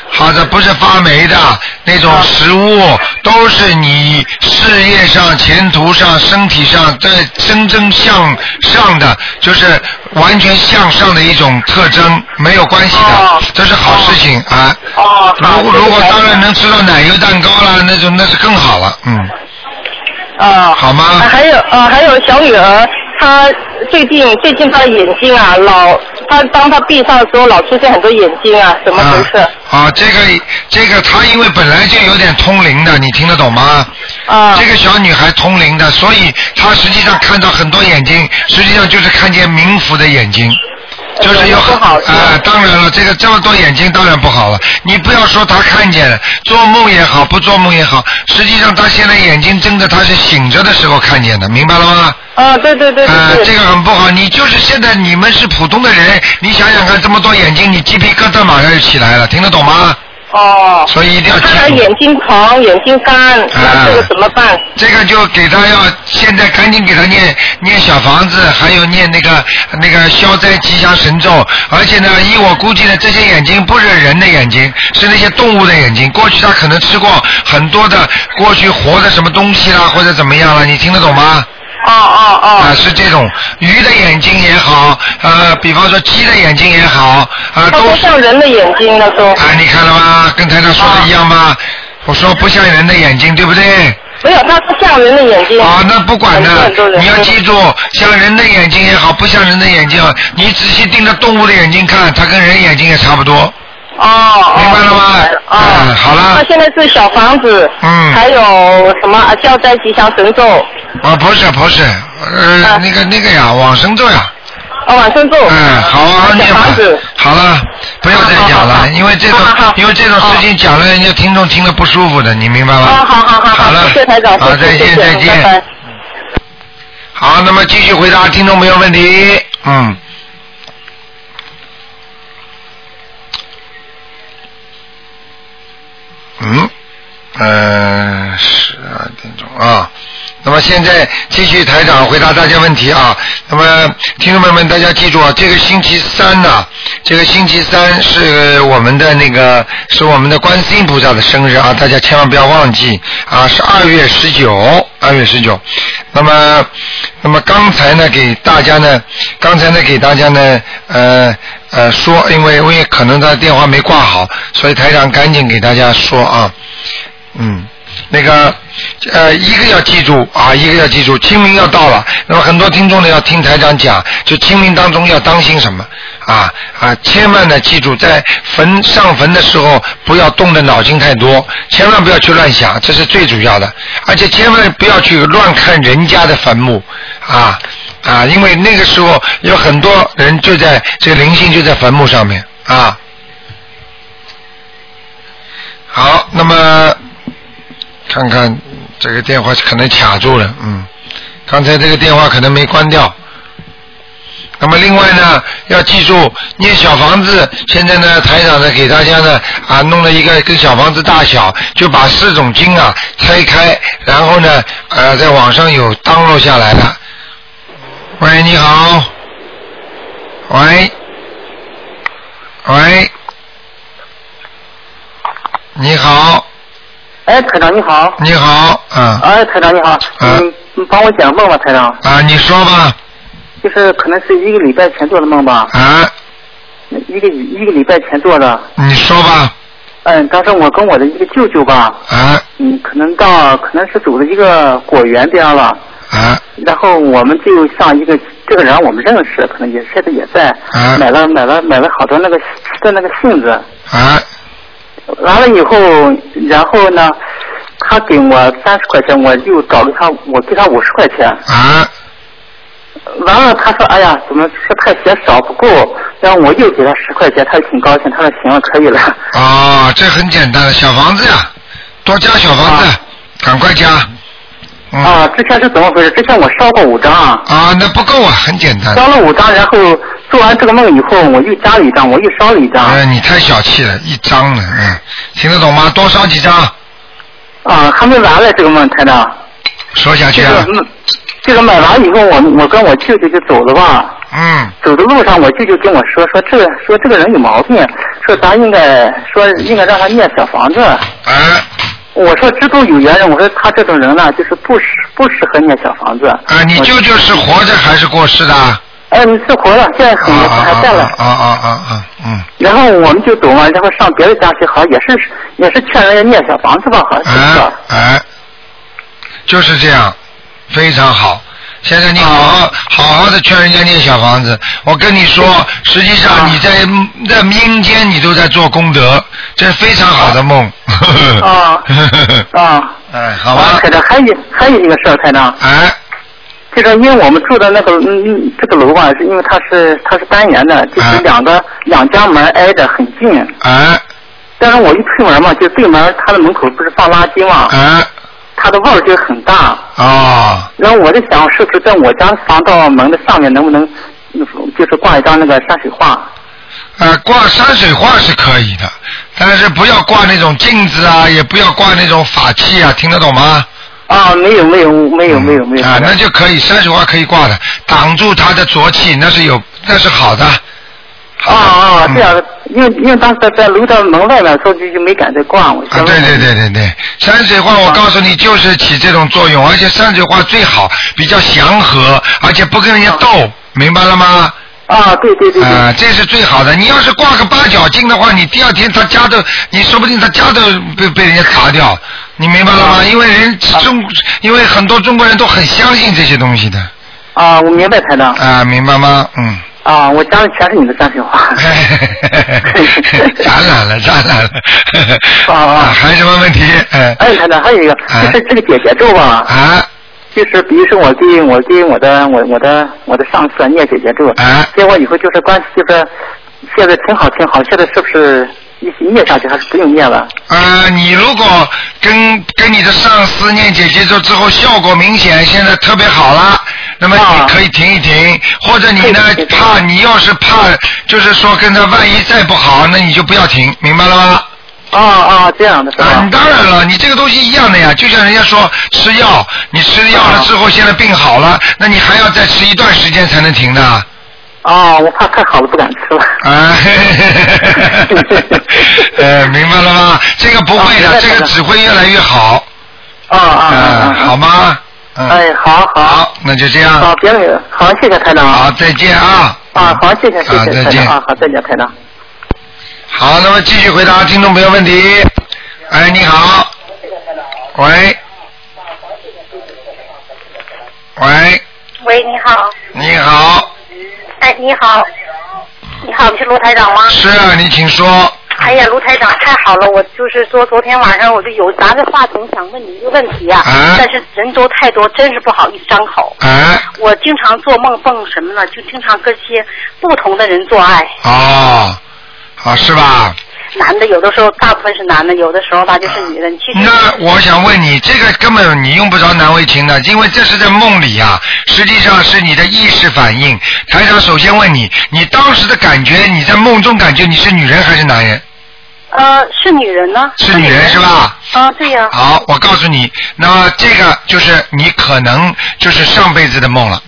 Speaker 2: 好的不是发霉的那种食物，
Speaker 6: 嗯
Speaker 2: 都是你事业上、前途上、身体上这真正向上的，就是完全向上的一种特征，没有关系的
Speaker 6: 哦，
Speaker 2: 这是好事情啊。
Speaker 6: 哦，好
Speaker 2: 如果
Speaker 6: 谢谢
Speaker 2: 如果
Speaker 6: 台长
Speaker 2: 当然能吃到奶油蛋糕啦，那就那是更好了，嗯，
Speaker 6: 啊，
Speaker 2: 好吗
Speaker 6: 啊还有啊，还有小女儿，他最近最近他的眼睛啊，老他当他闭上的时候，老出现很多眼睛啊，怎么回事？
Speaker 2: 啊啊，这个这个她因为本来就有点通灵的，你听得懂吗？
Speaker 6: 啊
Speaker 2: 这个小女孩通灵的，所以她实际上看到很多眼睛，实际上就是看见冥府的眼睛。就是有很
Speaker 6: 呃不好
Speaker 2: 啊、
Speaker 6: 是吧
Speaker 2: 当然了，这个这么多眼睛当然不好了。你不要说她看见了，做梦也好，不做梦也好，实际上她现在眼睛睁着，她是醒着的时候看见的，明白了吗？
Speaker 6: 啊，对对对
Speaker 2: 啊、
Speaker 6: 对
Speaker 2: 这
Speaker 6: 对，
Speaker 2: 个很不好。你就是现在你们是普通的人，你想想看，这么多眼睛，你鸡皮疙瘩马上就起来了，听得懂吗？
Speaker 6: 哦，
Speaker 2: 所以一定要记
Speaker 6: 他的眼
Speaker 2: 住。啊
Speaker 6: 睛疼，眼睛干，那这个怎么办？
Speaker 2: 这个就给他要现在赶紧给他念念小房子，还有念那个那个消灾吉祥神咒。而且呢，依我估计呢，这些眼睛不是人的眼睛，是那些动物的眼睛。过去他可能吃过很多的过去活的什么东西啦，或者怎么样了，你听得懂吗？
Speaker 6: 哦哦
Speaker 2: 啊、
Speaker 6: 哦，
Speaker 2: 是这种鱼的眼睛也好，呃，比方说鸡的眼睛也好，呃，
Speaker 6: 他
Speaker 2: 都
Speaker 6: 不
Speaker 2: 是
Speaker 6: 像人的眼睛啊那时候，
Speaker 2: 啊，你看了吗？跟台上说的一样吗？我说不像人的眼睛，对不对？
Speaker 6: 没有，他是像人的眼睛。
Speaker 2: 啊，那不管的
Speaker 6: 很多很多，人
Speaker 2: 你要记住，像人的眼睛也好，不像人的眼睛，你仔细盯着动物的眼睛看，它跟人眼睛也差不多。
Speaker 6: 哦哦，
Speaker 2: 明白了吗
Speaker 6: 哦，
Speaker 2: 嗯好了
Speaker 6: 那现在是小房子，
Speaker 2: 嗯
Speaker 6: 还有什么啊？消灾吉祥神咒，
Speaker 2: 啊，不是不是，呃，
Speaker 6: 啊
Speaker 2: 那个那个呀，往生咒呀。
Speaker 6: 哦，往生咒。
Speaker 2: 嗯，好好念
Speaker 6: 小
Speaker 2: 吧
Speaker 6: 房子。。
Speaker 2: 好了，不要再讲
Speaker 6: 好好好
Speaker 2: 了，因为这种
Speaker 6: 好好好
Speaker 2: 因为这种事情讲了，人家听众听了不舒服的，你明白吗？
Speaker 6: 哦，好好好
Speaker 2: 好了，
Speaker 6: 谢谢台长，
Speaker 2: 好，
Speaker 6: 谢
Speaker 2: 再
Speaker 6: 谢
Speaker 2: 见
Speaker 6: 谢
Speaker 2: 再
Speaker 6: 谢拜拜
Speaker 2: 见。。好，那么继续回答听众朋友问题。嗯。嗯，呃，十二点钟啊。那么现在继续台长回答大家问题啊。那么听众朋友们，大家记住啊，这个星期三呢、这个星期三是我们的那个是我们的观世音菩萨的生日啊，大家千万不要忘记啊，是二月十九，二月十九。那么，那么刚才呢，给大家呢，刚才呢，给大家呢，呃呃说，因为因为可能他电话没挂好，所以台长赶紧给大家说啊，嗯。那个，呃，一个要记住啊，一个要记住，清明要到了，那么很多听众呢要听台长讲，就清明当中要当心什么啊啊，千万呢记住，在坟上坟的时候不要动的脑筋太多，千万不要去乱想，这是最主要的，而且千万不要去乱看人家的坟墓啊啊，因为那个时候有很多人就在这个灵性就在坟墓上面啊。好，那么看看这个电话可能卡住了，嗯，刚才这个电话可能没关掉。那么另外呢，要记住念小房子。现在呢，台长呢给大家呢啊弄了一个跟小房子大小，就把四种经啊拆开，然后呢呃在网上有当录下来的。喂，你好。喂。喂。你好。
Speaker 7: 哎，台长你好。
Speaker 2: 你好，嗯，
Speaker 7: 哎，台长你好。
Speaker 2: 嗯
Speaker 7: 嗯，你帮我讲个梦吧，台长。
Speaker 2: 啊，你说吧，
Speaker 7: 就是可能是一个礼拜前做的梦吧，
Speaker 2: 啊，
Speaker 7: 一个一个礼拜前做的。
Speaker 2: 你说吧，
Speaker 7: 嗯，当时我跟我的一个舅舅吧，
Speaker 2: 啊
Speaker 7: 嗯，可能到可能是走到一个果园边了，
Speaker 2: 啊
Speaker 7: 然后我们就上一个这个人我们认识，可能也现在也在，
Speaker 2: 嗯
Speaker 7: 买了买了买了好多那个吃的那个杏子，
Speaker 2: 啊
Speaker 7: 完了以后，然后呢，他给我三十块钱，我就找了他，我给他五十块钱。
Speaker 2: 啊
Speaker 7: 完了，他说：“哎呀，怎么说太嫌少不够？”然后我又给他十块钱，他也挺高兴。他说：“行了，可以了。
Speaker 2: 啊，这很简单，小房子呀，多加小房子
Speaker 7: 啊，
Speaker 2: 赶快加，”嗯
Speaker 7: 啊，之前是怎么回事？之前我烧过五张，
Speaker 2: 啊，那不够啊，很简单，
Speaker 7: 烧了五张，然后做完这个梦以后，我又加了一张，我又烧了一张。
Speaker 2: 哎，你太小气了，一张了，嗯，听得懂吗？多烧几张，
Speaker 7: 啊，还没完了这个梦，台长。
Speaker 2: 说下去
Speaker 7: 这
Speaker 2: 啊
Speaker 7: 个，嗯这个买完以后，我我跟我舅舅就走了吧。
Speaker 2: 嗯
Speaker 7: 走的路上，我舅舅跟我说说这个说这个人有毛病，说咱应该说应该让他念小房子。
Speaker 2: 啊
Speaker 7: 我说知道有缘人，我说他这种人呢，就是不适不适合念小房子。
Speaker 2: 啊，你舅舅是活着还是过世的？啊
Speaker 7: 我哎，你是活了，现在
Speaker 2: 啊
Speaker 7: 很
Speaker 2: 啊
Speaker 7: 还在了。
Speaker 2: 啊啊啊啊，嗯。
Speaker 7: 然后我们就走嘛，然后上别的家去，好像也是也是劝人家念小房子吧，好像是
Speaker 2: 哎
Speaker 7: 吧？
Speaker 2: 哎，就是这样，非常好。先生，你好
Speaker 7: 啊
Speaker 2: 好好好的劝人家念小房子。我跟你
Speaker 7: 嗯
Speaker 2: 说，实际
Speaker 7: 啊
Speaker 2: 上你在在阴间你都在做功德，这是非常好的梦。
Speaker 7: 啊啊，
Speaker 2: 哎，好吧
Speaker 7: 台，长，还有还有一个事儿，台长，
Speaker 2: 哎，
Speaker 7: 这个因为我们住的那个嗯嗯这个楼吧，是因为它是它是单元的，就
Speaker 2: 啊
Speaker 7: 是两个、两家门挨着很近，
Speaker 2: 哎，
Speaker 7: 但是我一推门嘛，就对门它的门口不是放垃圾嘛，
Speaker 2: 哎，
Speaker 7: 它的味儿就很大，
Speaker 2: 哦，
Speaker 7: 然后我在想，是不是在我家防盗门的上面能不能，嗯就是挂一张那个山水画？
Speaker 2: 呃，挂山水画是可以的，但是不要挂那种镜子啊，也不要挂那种法器啊，听得懂吗？
Speaker 7: 啊，没有没有没有没有没有。
Speaker 2: 啊，那就可以，山水画可以挂的，挡住它的浊气，那是有，那是好的。
Speaker 7: 啊啊，
Speaker 2: 嗯
Speaker 7: 这样的，因为因为当时在楼的门外面，所以就就没敢再 挂。我
Speaker 2: 啊，对对对对对，山水画我告诉你就是起这种作用，而且山水画最好比较祥和，而且不跟人家斗，明白了吗？
Speaker 7: 啊，对对对对。
Speaker 2: 啊，这是最好的。你要是挂个八角镜的话，你第二天他家都，你说不定他家都被被人家砸掉，你明白了
Speaker 7: 啊
Speaker 2: 吗？因为人中，因为很多中国人都很相信这些东西的，
Speaker 7: 啊，我明白，台长。
Speaker 2: 啊，明白吗？嗯。
Speaker 7: 啊，我家里全是你的山 水画。
Speaker 2: 展览了，展 览了。
Speaker 7: 啊啊
Speaker 2: 啊还有什么问题？哎
Speaker 7: 哎，台长，还有一个，
Speaker 2: 哎
Speaker 7: 就是这个解结咒吧，
Speaker 2: 啊
Speaker 7: 就是比如说我给我给我的我我的我的上司念解结咒，
Speaker 2: 啊！
Speaker 7: 结果以后就是关系就是现在挺好挺好，现在是不是一起念下去还是不用念了？
Speaker 2: 呃，你如果跟跟你的上司念姐姐咒之后，效果明显，现在特别好了，那么
Speaker 7: 啊
Speaker 2: 你可以停一停，或者你呢
Speaker 7: 可以停一停
Speaker 2: 怕你要是怕，就是说跟他万一再不好，那你就不要停，明白了吗？
Speaker 7: 啊啊，这样的是
Speaker 2: 啊，
Speaker 7: 吧
Speaker 2: 你？当然了，你这个东西一样的呀，就像人家说吃药，你吃药了之后，现在病好了，那你还要再吃一段时间才能停的。
Speaker 7: 啊，我怕太好了不敢吃了。
Speaker 2: 啊，嘿嘿嘿嘿呃，明白了吗？这个不会
Speaker 7: 啊明白
Speaker 2: 的，
Speaker 7: 了
Speaker 2: 这个只会越来越好，
Speaker 7: 啊啊啊
Speaker 2: 嗯，
Speaker 7: 啊！
Speaker 2: 好吗？嗯，
Speaker 7: 哎，好好
Speaker 2: 好，那就这样，
Speaker 7: 好，别的好，谢谢台长
Speaker 2: 好，
Speaker 7: 啊
Speaker 2: 再见啊。
Speaker 7: 啊，好，谢谢谢
Speaker 2: 啊
Speaker 7: 谢
Speaker 2: 再
Speaker 7: 台长
Speaker 2: 见
Speaker 7: 啊，好， 再见台长。
Speaker 2: 好，那么继续回答听众朋友问题。哎，你好，喂，喂，
Speaker 8: 喂，你好，
Speaker 2: 你好，
Speaker 8: 哎，你好，你好，你是卢台长吗？
Speaker 2: 是啊，你请说。
Speaker 8: 哎呀，卢台长，太好了！我就是说，昨天晚上我就有拿着话筒想问你一个问题啊，
Speaker 2: 啊
Speaker 8: 但是人多太多，真是不好意思张口。
Speaker 2: 哎，
Speaker 8: 我经常做梦，梦什么呢？就经常跟些不同的人做爱，
Speaker 2: 哦，啊，是吧？
Speaker 8: 男的有的时候大部分是男的，有的时候吧就是女的。你其实
Speaker 2: 那我想问你，这个根本你用不着难为情的，因为这是在梦里啊，实际上是你的意识反应。台长首先问你，你当时的感觉，你在梦中感觉你是女人还是男人？
Speaker 8: 呃是女人呢？
Speaker 2: 是女人是吧？
Speaker 8: 啊，对呀、
Speaker 2: 好，我告诉你，那么这个就是你可能就是上辈子的梦了。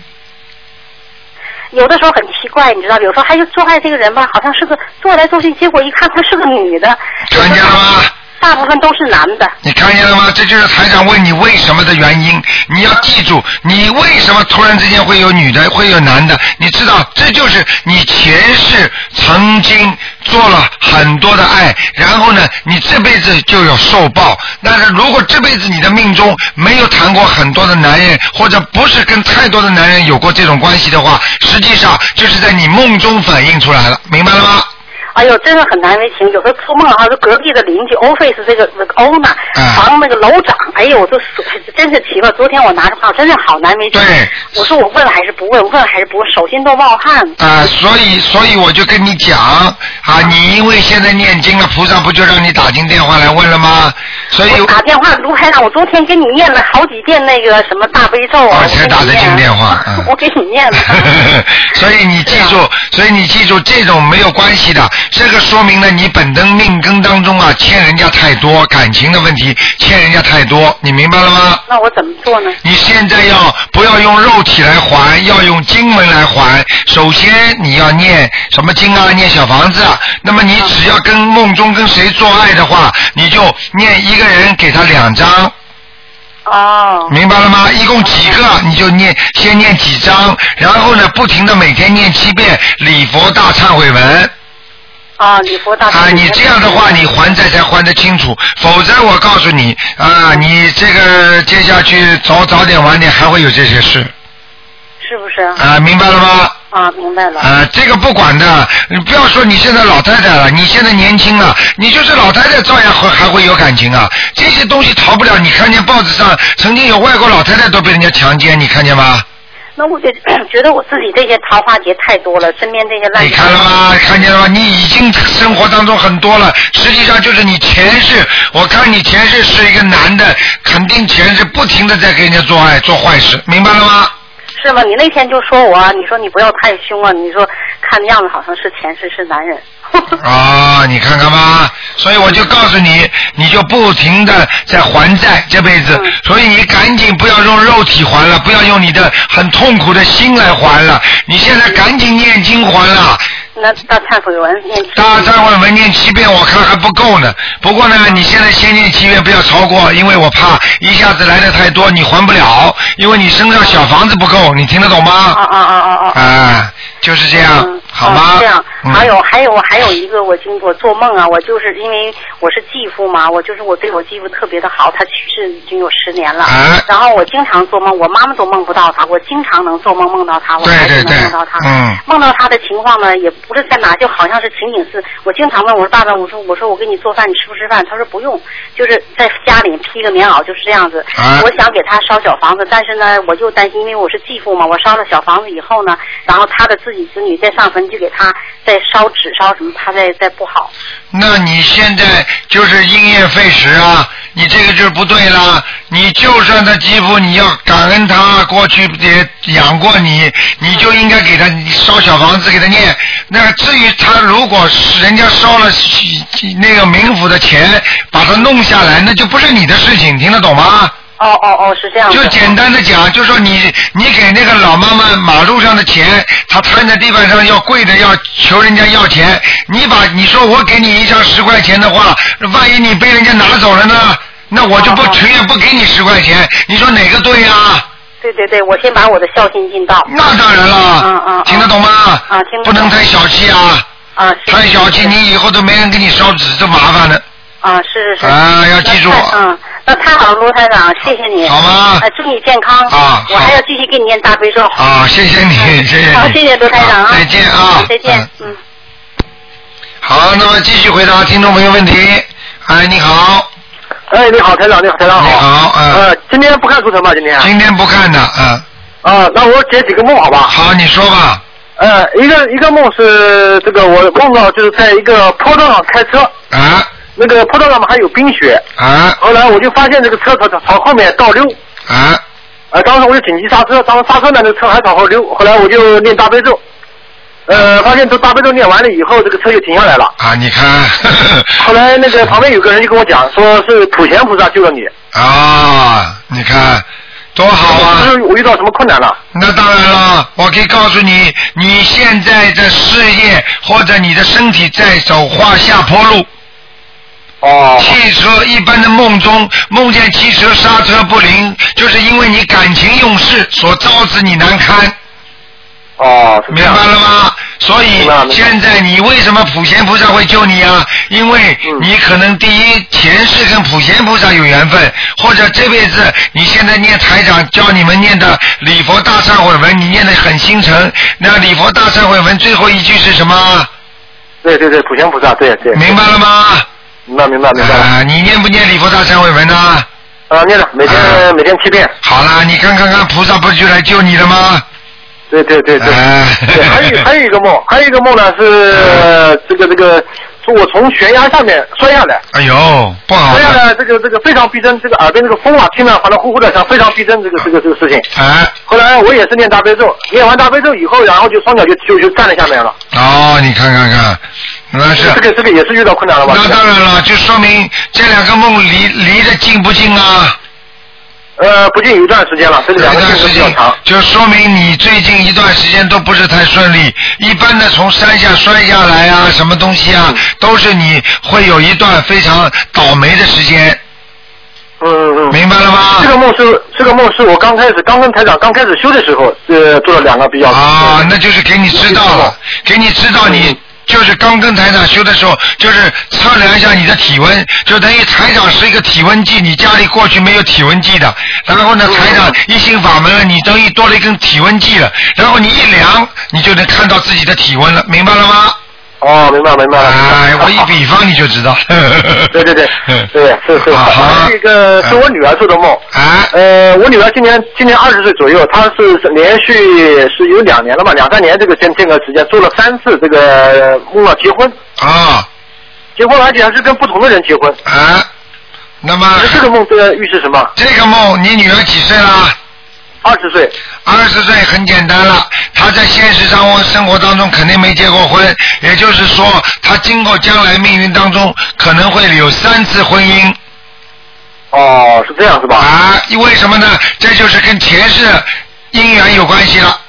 Speaker 8: 有的时候很奇怪，你知道，有时候还有做爱这个人吧，好像是个做来做去，结果一看她是个女的，
Speaker 2: 看见了吗？
Speaker 8: 大部分都是男的。
Speaker 2: 你看见了吗？这就是台长问你为什么的原因。你要记住，你为什么突然之间会有女的，会有男的？你知道，这就是你前世曾经做了很多的爱，然后呢，你这辈子就有受报。但是如果这辈子你的命中没有谈过很多的男人，或者不是跟太多的男人有过这种关系的话，实际上就是在你梦中反映出来了，明白了吗？
Speaker 8: 哎呦，真的很难为情。有时候做梦哈，就隔壁的邻居 office 这个这个 owner
Speaker 2: 啊
Speaker 8: 房那个楼长，哎呦，我就真是奇怪。昨天我拿着话，真是好难为情
Speaker 2: 对。
Speaker 8: 我说我问还是不问，问还是不问，手心都冒汗。
Speaker 2: 啊、所以所以我就跟你讲啊，你因为现在念经了，菩萨不就让你打进电话来问了吗？所以
Speaker 8: 我打电话卢台长，我昨天给你念了好几遍那个什么大悲咒
Speaker 2: 啊
Speaker 8: 啊，我
Speaker 2: 才
Speaker 8: 给
Speaker 2: 打
Speaker 8: 你
Speaker 2: 得
Speaker 8: 念
Speaker 2: 进电话嗯
Speaker 8: 我给你念了。 啊
Speaker 2: 所以你记住，所以你记住，这种没有关系的，这个说明了你本身命根当中啊欠人家太多，感情的问题欠人家太多，你明白了吗？
Speaker 8: 那我怎么做呢？
Speaker 2: 你现在要不要用肉体来还，要用经文来还？首先你要念什么经啊？念小房子啊。那么你只要跟梦中跟谁做爱的话，你就念一个人给他两张，
Speaker 8: 哦，嗯
Speaker 2: 明白了吗？一共几个你就念，先念几张，然后呢，不停的每天念七遍礼佛大忏悔文。
Speaker 8: 啊，礼佛大
Speaker 2: 啊，你这样的话，你还债才还得清楚，否则我告诉你啊，你这个接下去早早点晚点还会有这些事。
Speaker 8: 是不是？
Speaker 2: 啊，明白了吗？
Speaker 8: 啊，明白了。
Speaker 2: 啊，这个不管的，你不要说你现在老太太了，你现在年轻了，你就是老太太照样会还会有感情啊。这些东西逃不了。你看见报纸上曾经有外国老太太都被人家强奸，你看见吗？
Speaker 8: 那我就 觉得我自己这些桃花劫太多了，身边这些烂
Speaker 2: 你看了吗？看见了吗？你已经生活当中很多了，实际上就是你前世，我看你前世是一个男的，肯定前世不停的在给人家做爱做坏事，明白了吗？
Speaker 8: 是吗？你那天就说我，啊你说你不要太凶啊，你说看样子好像是前世是男人。
Speaker 2: 啊、你看看吧，所以我就告诉你，你就不停的在还债这辈子，
Speaker 8: 嗯
Speaker 2: 所以你赶紧不要用肉体还了，不要用你的很痛苦的心来还了，你现在赶紧念经还了。
Speaker 8: 那大忏悔文念
Speaker 2: 大忏悔文念七遍，我看还不够呢。不过呢，你现在先念七遍，不要超过，因为我怕一下子来的太多，你还不了，因为你身上小房子不够，你听得懂吗？啊
Speaker 8: 啊啊啊
Speaker 2: 啊！就是这样，好吗？
Speaker 8: 嗯哦这样，
Speaker 2: 嗯
Speaker 8: 还有还有还有一个，我今我做梦啊，我就是因为我是继父嘛，我就是我对我继父特别的好，他去世已经有十年了。
Speaker 2: 啊
Speaker 8: 然后我经常做梦，我妈妈都梦不到他，我经常能做梦梦到他，我
Speaker 2: 对
Speaker 8: 孩
Speaker 2: 对
Speaker 8: 子
Speaker 2: 对
Speaker 8: 能梦到他。，
Speaker 2: 嗯。
Speaker 8: 梦到他的情况呢，也不是在哪，就好像是情景是，我经常问我说爸爸，我说我说我给你做饭，你吃不吃饭？他说不用，就是在家里披个棉袄就是这样子。
Speaker 9: 啊
Speaker 8: 我想给他烧小房子，但是呢，我又担心，因为我是继父嘛，我烧了小房子以后呢，然后他的自己子女再上坟去给他再烧纸烧什么，怕再再不好。
Speaker 2: 那你现在就是因噎废食啊，你这个就是不对啦。你就算他继父，你要感恩他过去也养过你，你就应该给他烧小房子给他念。那至于他如果是人家烧了那个冥府的钱，把他弄下来，那就不是你的事情，听得懂吗？
Speaker 8: 哦哦哦，是这样。
Speaker 2: 就简单的讲，就说你你给那个老妈妈马路上的钱，她瘫在地板上要跪着要求人家要钱，你把你说我给你一张十块钱的话，万一你被人家拿走了呢？那我就
Speaker 8: 哦
Speaker 2: 不情愿不给你十块钱，你说哪个对啊呀、
Speaker 8: 对对对，我先把我的孝心尽到。
Speaker 2: 那当然了，
Speaker 8: 嗯嗯，
Speaker 2: 听得懂吗？
Speaker 8: 啊，听得懂
Speaker 2: 不能太小气啊！
Speaker 8: 啊，
Speaker 2: 太小气，你以后都没人给你烧纸，这麻烦了。
Speaker 8: 啊，是是是。
Speaker 2: 啊要记住
Speaker 8: 那太嗯，那太好了，卢台长，谢谢你。
Speaker 2: 好吗
Speaker 8: 呃祝你健康。
Speaker 2: 啊
Speaker 8: 我还要继续给你念大悲咒。
Speaker 2: 啊，谢谢你，谢谢你。
Speaker 8: 好，谢谢卢台长啊。
Speaker 2: 嗯再见啊
Speaker 8: 嗯。再见，嗯。
Speaker 2: 好，那么继续回答听众朋友问题。哎，你好。
Speaker 10: 哎，你好，台长，你好，台长好。你
Speaker 2: 好，
Speaker 10: 呃，今天不看图腾吧？今天。
Speaker 2: 今天不看的，嗯。
Speaker 10: 啊，那我解几个梦好吧？
Speaker 2: 好，你说吧。
Speaker 10: 呃，一个一个梦是这个，我梦到就是在一个坡道上开车。
Speaker 2: 啊。
Speaker 10: 那个坡道上面还有冰雪。
Speaker 2: 啊。
Speaker 10: 后来我就发现这个车朝朝后面倒溜。
Speaker 2: 啊。
Speaker 10: 呃，当时我就紧急刹车，当时刹车呢，那车还朝后溜。后来我就念大悲咒，呃，发现这大悲咒念完了以后，这个车就停下来了。
Speaker 2: 啊，你看，
Speaker 10: 后来那个旁边有个人就跟我讲，说是普贤菩萨救了你。
Speaker 2: 啊，你看多好啊！
Speaker 10: 我遇到什么困难了？
Speaker 2: 那当然了，我可以告诉你，你现在的事业或者你的身体在走化下坡路。
Speaker 10: 哦。
Speaker 2: 汽车一般的梦中梦见汽车刹车不灵，就是因为你感情用事所招致你难堪。
Speaker 10: 哦，
Speaker 2: 明白了吗？所以现在你为什么普贤菩萨会救你啊？因为
Speaker 10: 嗯
Speaker 2: 你可能第一前世跟普贤菩萨有缘分，或者这辈子你现在念台长教你们念的礼佛大忏悔文，你念的很心诚。那礼佛大忏悔文最后一句是什么？
Speaker 10: 对对对，普贤菩萨，对对。
Speaker 2: 明白了吗？
Speaker 10: 明白明白明白。
Speaker 2: 啊、你念不念礼佛大忏悔文呢、啊？
Speaker 10: 念了，每天、每天七遍。
Speaker 2: 好啦，你看看看，菩萨不是就来救你了吗？
Speaker 10: 对对对对。
Speaker 2: 哎
Speaker 10: 对，还有还有一个梦，还有一个梦呢是、
Speaker 2: 嗯
Speaker 10: 呃这个这个，是我从悬崖下面摔下来，
Speaker 2: 哎呦，不好
Speaker 10: 摔下
Speaker 2: 了，
Speaker 10: 来这个这个非常逼真，这个耳边这个风啊，听了反正呼呼的响，非常逼真这个这个这个事情。
Speaker 2: 哎，
Speaker 10: 后来我也是念大悲咒，念完大悲咒以后，然后就双脚就就就站在下面了。
Speaker 2: 哦，你看看看，那啊是
Speaker 10: 这个这个也是遇到困难了吧？
Speaker 2: 那当然了，就说明这两个梦离离得近不近啊？
Speaker 10: 呃，不近有一段时间了，这个两
Speaker 2: 一
Speaker 10: 个
Speaker 2: 段
Speaker 10: 时
Speaker 2: 时
Speaker 10: 间比较
Speaker 2: 间
Speaker 10: 长。，
Speaker 2: 就说明你最近一段时间都不是太顺利。一般的从山下摔下来啊，什么东西
Speaker 10: 嗯
Speaker 2: 啊，都是你会有一段非常倒霉的时间。
Speaker 10: 嗯嗯，
Speaker 2: 明白了吗？
Speaker 10: 这个梦是这个梦是我刚开始刚跟台长刚开始修的时候，呃，做了两个比较。嗯
Speaker 2: 啊，那就是给你知道了，给你知道你就是刚跟台长修的时候，就是测量一下你的体温，就等于台长是一个体温计，你家里过去没有体温计的，然后呢，台
Speaker 10: 嗯
Speaker 2: 长一心法门了，你等于多了一根体温计了，然后你一量，你就能看到自己的体温了，明白了吗？
Speaker 10: 哦，明白明白了。
Speaker 2: 哎，我一比方你就知道。
Speaker 10: 对对对，对是是。
Speaker 2: 好好
Speaker 10: 这个是我女儿做的梦。
Speaker 2: 啊。
Speaker 10: 呃，我女儿今年今年二十岁左右，她是连续是有两年了嘛，两三年这个间间隔时间做了三次这个梦到结婚。
Speaker 2: 啊。
Speaker 10: 结婚，而且还是跟不同的人结婚。呃
Speaker 2: 啊。那么。
Speaker 10: 这个梦这预示什么？
Speaker 2: 这个梦，你女儿几岁啦？
Speaker 10: 二十岁。
Speaker 2: 二十岁很简单了，她在现实生活生活当中肯定没结过婚，也就是说，她今后将来命运当中可能会有三次婚姻。
Speaker 10: 哦，是这样是吧？
Speaker 2: 啊，为什么呢？这就是跟前世姻缘有关系了。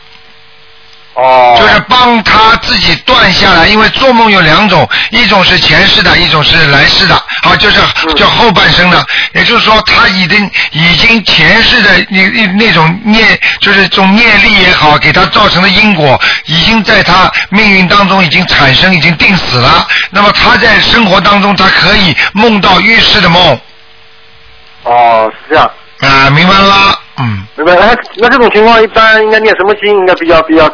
Speaker 10: 哦。
Speaker 2: 就是帮他自己断下来，因为做梦有两种，一种是前世的，一种是来世的，好，就是
Speaker 10: 嗯
Speaker 2: 就后半生的。也就是说，他已经已经前世的那那那种念，就是这种念力也好，给他造成的因果，已经在他命运当中已经产生，已经定死了。那么他在生活当中，他可以梦到预示的梦。
Speaker 10: 哦，是这样。
Speaker 2: 啊，明白了吗？嗯。
Speaker 10: 明白。那那这种情况一般应该念什么经应该比较比较？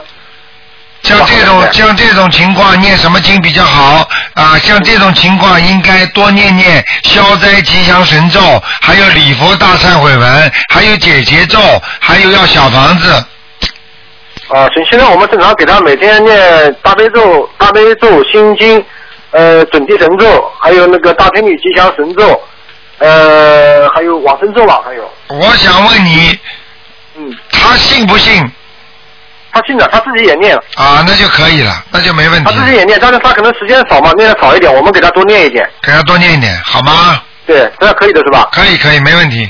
Speaker 2: 像这种像这种情况念什么经比较好啊？像这种情况应该多念念消灾吉祥神咒，还有礼佛大忏悔文，还有解结咒，还有要小房子。
Speaker 10: 啊，行，现在我们正常给他每天念大悲咒、大悲咒心经，呃，准提神咒，还有那个大天女吉祥神咒，呃，还有往生咒吧，还有。
Speaker 2: 我想问你，
Speaker 10: 嗯，
Speaker 2: 他信不信？
Speaker 10: 他信的，他自己也念了，
Speaker 2: 啊，那就可以了，那就没问题
Speaker 10: 他。自己也念，但是他可能时间少嘛，念的少一点，我们给他多念一点。
Speaker 2: 给他多念一点，好吗？
Speaker 10: 对，这样可以的是吧？
Speaker 2: 可以，可以，没问题。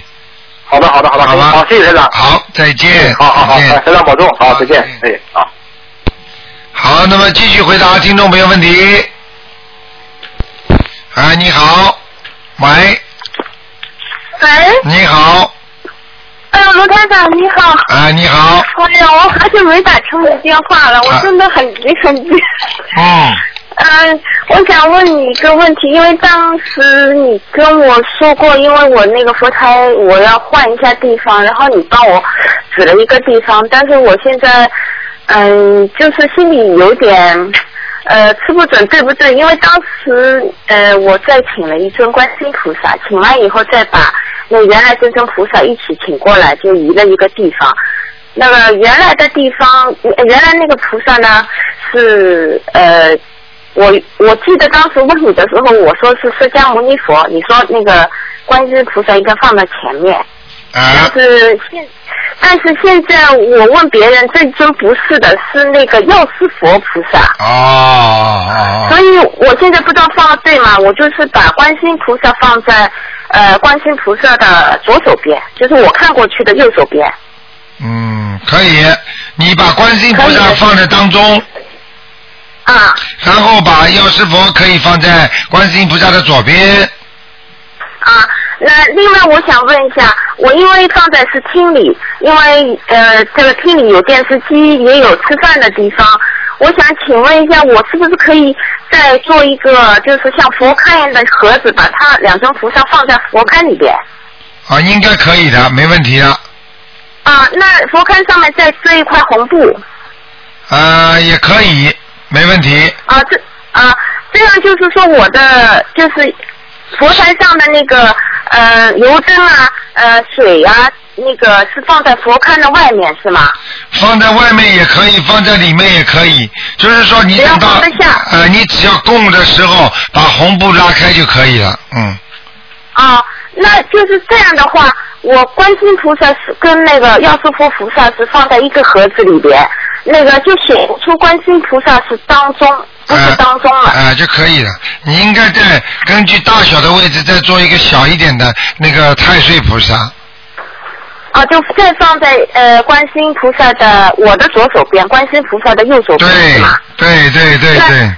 Speaker 10: 好的，好的，好的，
Speaker 2: 好吧
Speaker 10: 好，谢谢台长。
Speaker 2: 好，再见。
Speaker 10: 好好好，
Speaker 2: 再见
Speaker 10: 哎台长保重，好，再见，哎，好。
Speaker 2: 好，那么继续回答听众朋友问题。哎，你好，喂，
Speaker 5: 喂，
Speaker 2: 你好，
Speaker 5: 哎呦，罗台长你好。
Speaker 2: 哎，你好，啊
Speaker 5: 哎呀，我好久没打通你电话了，我真的很急很 急。
Speaker 2: 嗯，
Speaker 5: 嗯，我想问你一个问题，因为当时你跟我说过，因为我那个佛台我要换一下地方，然后你帮我指了一个地方，但是我现在嗯，就是心里有点呃吃不准对不对，因为当时呃我再请了一尊观世音菩萨，请完以后再把那原来这尊菩萨一起请过来，就移了一个地方。那个原来的地方，呃原来那个菩萨呢是呃我我记得当时问你的时候，我说是释迦牟尼佛，你说那个观世音菩萨应该放在前面。
Speaker 2: 啊
Speaker 5: 但是现但是现在我问别人，这尊不是的，是那个药师佛菩萨。
Speaker 2: 哦哦哦，
Speaker 5: 所以我现在不知道放的对吗？我就是把观世音菩萨放在呃观世音菩萨的左手边，就是我看过去的右手边。
Speaker 2: 嗯，可以，你把观世音菩萨放在当中，
Speaker 5: 啊，
Speaker 2: 然后把药师佛可以放在观世音菩萨的左边，
Speaker 5: 啊，那另外我想问一下，我因为放在是厅里，因为呃这个厅里有电视机，也有吃饭的地方，我想请问一下，我是不是可以再做一个就是像佛龛一样的盒子，把它两尊菩萨放在佛龛里边？
Speaker 2: 啊，应该可以的，没问题的，
Speaker 5: 啊，那佛龛上面再遮一块红布
Speaker 2: 啊，也可以，没问题，
Speaker 5: 啊，这啊这样就是说我的就是佛台上的那个呃油灯啊，呃水啊，那个是放在佛龛的外面是吗？
Speaker 2: 放在外面也可以，放在里面也可以，就是说你等到
Speaker 5: 只要放得下，
Speaker 2: 呃，你只要供的时候把红布拉开就可以了，嗯。
Speaker 5: 啊，那就是这样的话，我观世音菩萨是跟那个药师佛菩萨是放在一个盒子里边，那个就显出观世音菩萨是当中，不是当中了。
Speaker 2: 啊、就可以了。你应该再根据大小的位置再做一个小一点的那个太岁菩萨。
Speaker 5: 啊，就再放在呃观世音菩萨的我的左手边，观世音菩萨的右手边是
Speaker 2: 对
Speaker 5: 吗？
Speaker 2: 对对对对，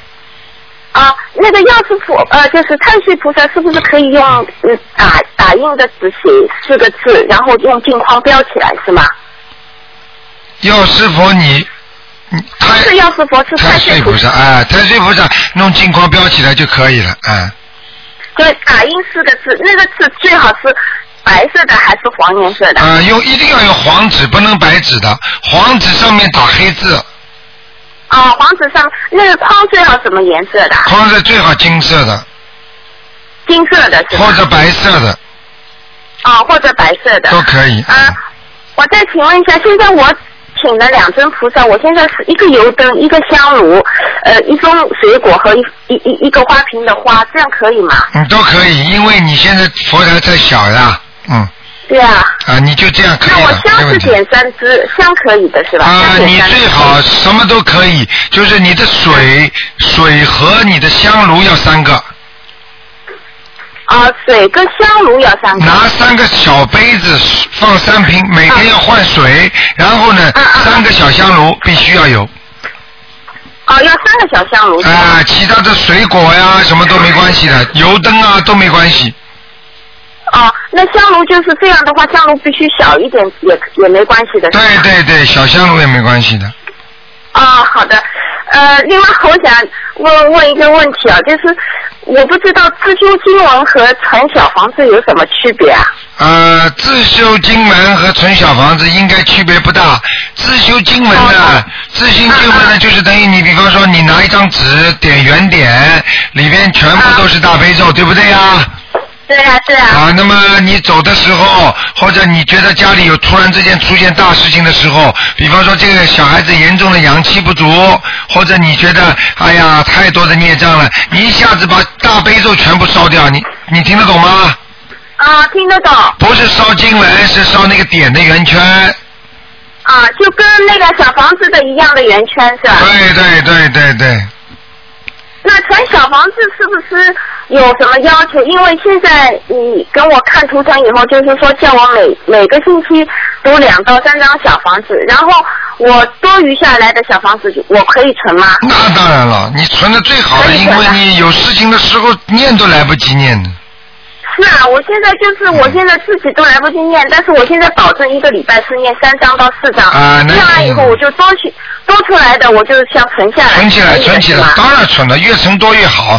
Speaker 5: 啊，那个药师菩呃，就是太岁菩萨，是不是可以用嗯打打印的纸写四个字，然后用镜框标起来是吗？
Speaker 2: 药师佛你
Speaker 5: 是药师佛是太岁
Speaker 2: 太岁菩萨，哎，太岁菩萨弄金光标起来就可以了，哎，
Speaker 5: 对，打印四个字，那个字最好是白色的还是黄颜色的？
Speaker 2: 啊、用一定要用黄纸，不能白纸的，黄纸上面打黑字，
Speaker 5: 啊、黄纸上那个框最好什么颜色的？
Speaker 2: 框子最好金色的
Speaker 5: 金色的是吧？
Speaker 2: 或者白色的
Speaker 5: 啊、或者白色的。
Speaker 2: 都可以，
Speaker 5: 啊，我再请问一下，现在我请了两尊菩萨，我现在是一个油灯，一个香炉，呃，一封水果和一一一一个花瓶的花，这样可以吗？
Speaker 2: 嗯，都可以，因为你现在佛台太小呀，嗯，
Speaker 5: 对啊，
Speaker 2: 啊，你就这样可
Speaker 5: 那
Speaker 2: 以
Speaker 5: 我
Speaker 2: 了，没
Speaker 5: 香
Speaker 2: 问
Speaker 5: 是
Speaker 2: 题。
Speaker 5: 点三支，香可以的是吧？
Speaker 2: 嗯啊，
Speaker 5: 香点
Speaker 2: 你
Speaker 5: 三支
Speaker 2: 最好什么都可以，就是你的水水和你的香炉要三个，
Speaker 5: 啊，水跟香炉要三个。
Speaker 2: 拿三个小杯子放三瓶，每天要换
Speaker 5: 嗯
Speaker 2: 水，然后呢，三个小香炉必须要有
Speaker 5: 哦，要三个小香炉。
Speaker 2: 啊，其他的水果呀什么都没关系的，油灯啊都没关系，
Speaker 5: 哦，那香炉就是这样的话，香炉必须小一点，也也没关系的。对
Speaker 2: 对对对，小香炉也没关系的，
Speaker 5: 啊、好的。呃，另外我想问问一个问题啊，就是我不知道自修经文和传小房子有什么区别啊？
Speaker 2: 呃，自修经文和存小房子应该区别不大。自修经文呢，自修经文呢，就是等于你，比方说你拿一张纸点圆点，里边全部都是大悲咒，对不对呀？
Speaker 5: 对呀、对呀、
Speaker 2: 啊，那么你走的时候，或者你觉得家里有突然之间出现大事情的时候，比方说这个小孩子严重的阳气不足，或者你觉得哎呀太多的孽障了，你一下子把大悲咒全部烧掉，你你听得懂吗？
Speaker 5: 啊，听得懂。
Speaker 2: 不是烧经文，是烧那个点的圆圈。
Speaker 5: 啊，就跟那个小房子的一样的圆圈是吧？
Speaker 2: 对对对对对，
Speaker 5: 那传小房子是不是有什么要求？因为现在你跟我看图腾以后，就是说叫我每每个星期读两到三张小房子，然后我多余下来的小房子就我可以存吗？
Speaker 2: 那当然了，你存的最好的，因
Speaker 5: 啊
Speaker 2: 为你有事情的时候念都来不及念的。
Speaker 5: 是啊，我现在就是
Speaker 2: 嗯
Speaker 5: 我现在自己都来不及念，但是我现在保证一个礼拜是念三张到四张，
Speaker 2: 啊那
Speaker 5: 念完以后我就多去多出来的我就想存啊下来，
Speaker 2: 存起来，
Speaker 5: 可以的
Speaker 2: 存起来
Speaker 5: 是，吧
Speaker 2: 当然存了，越存多越好，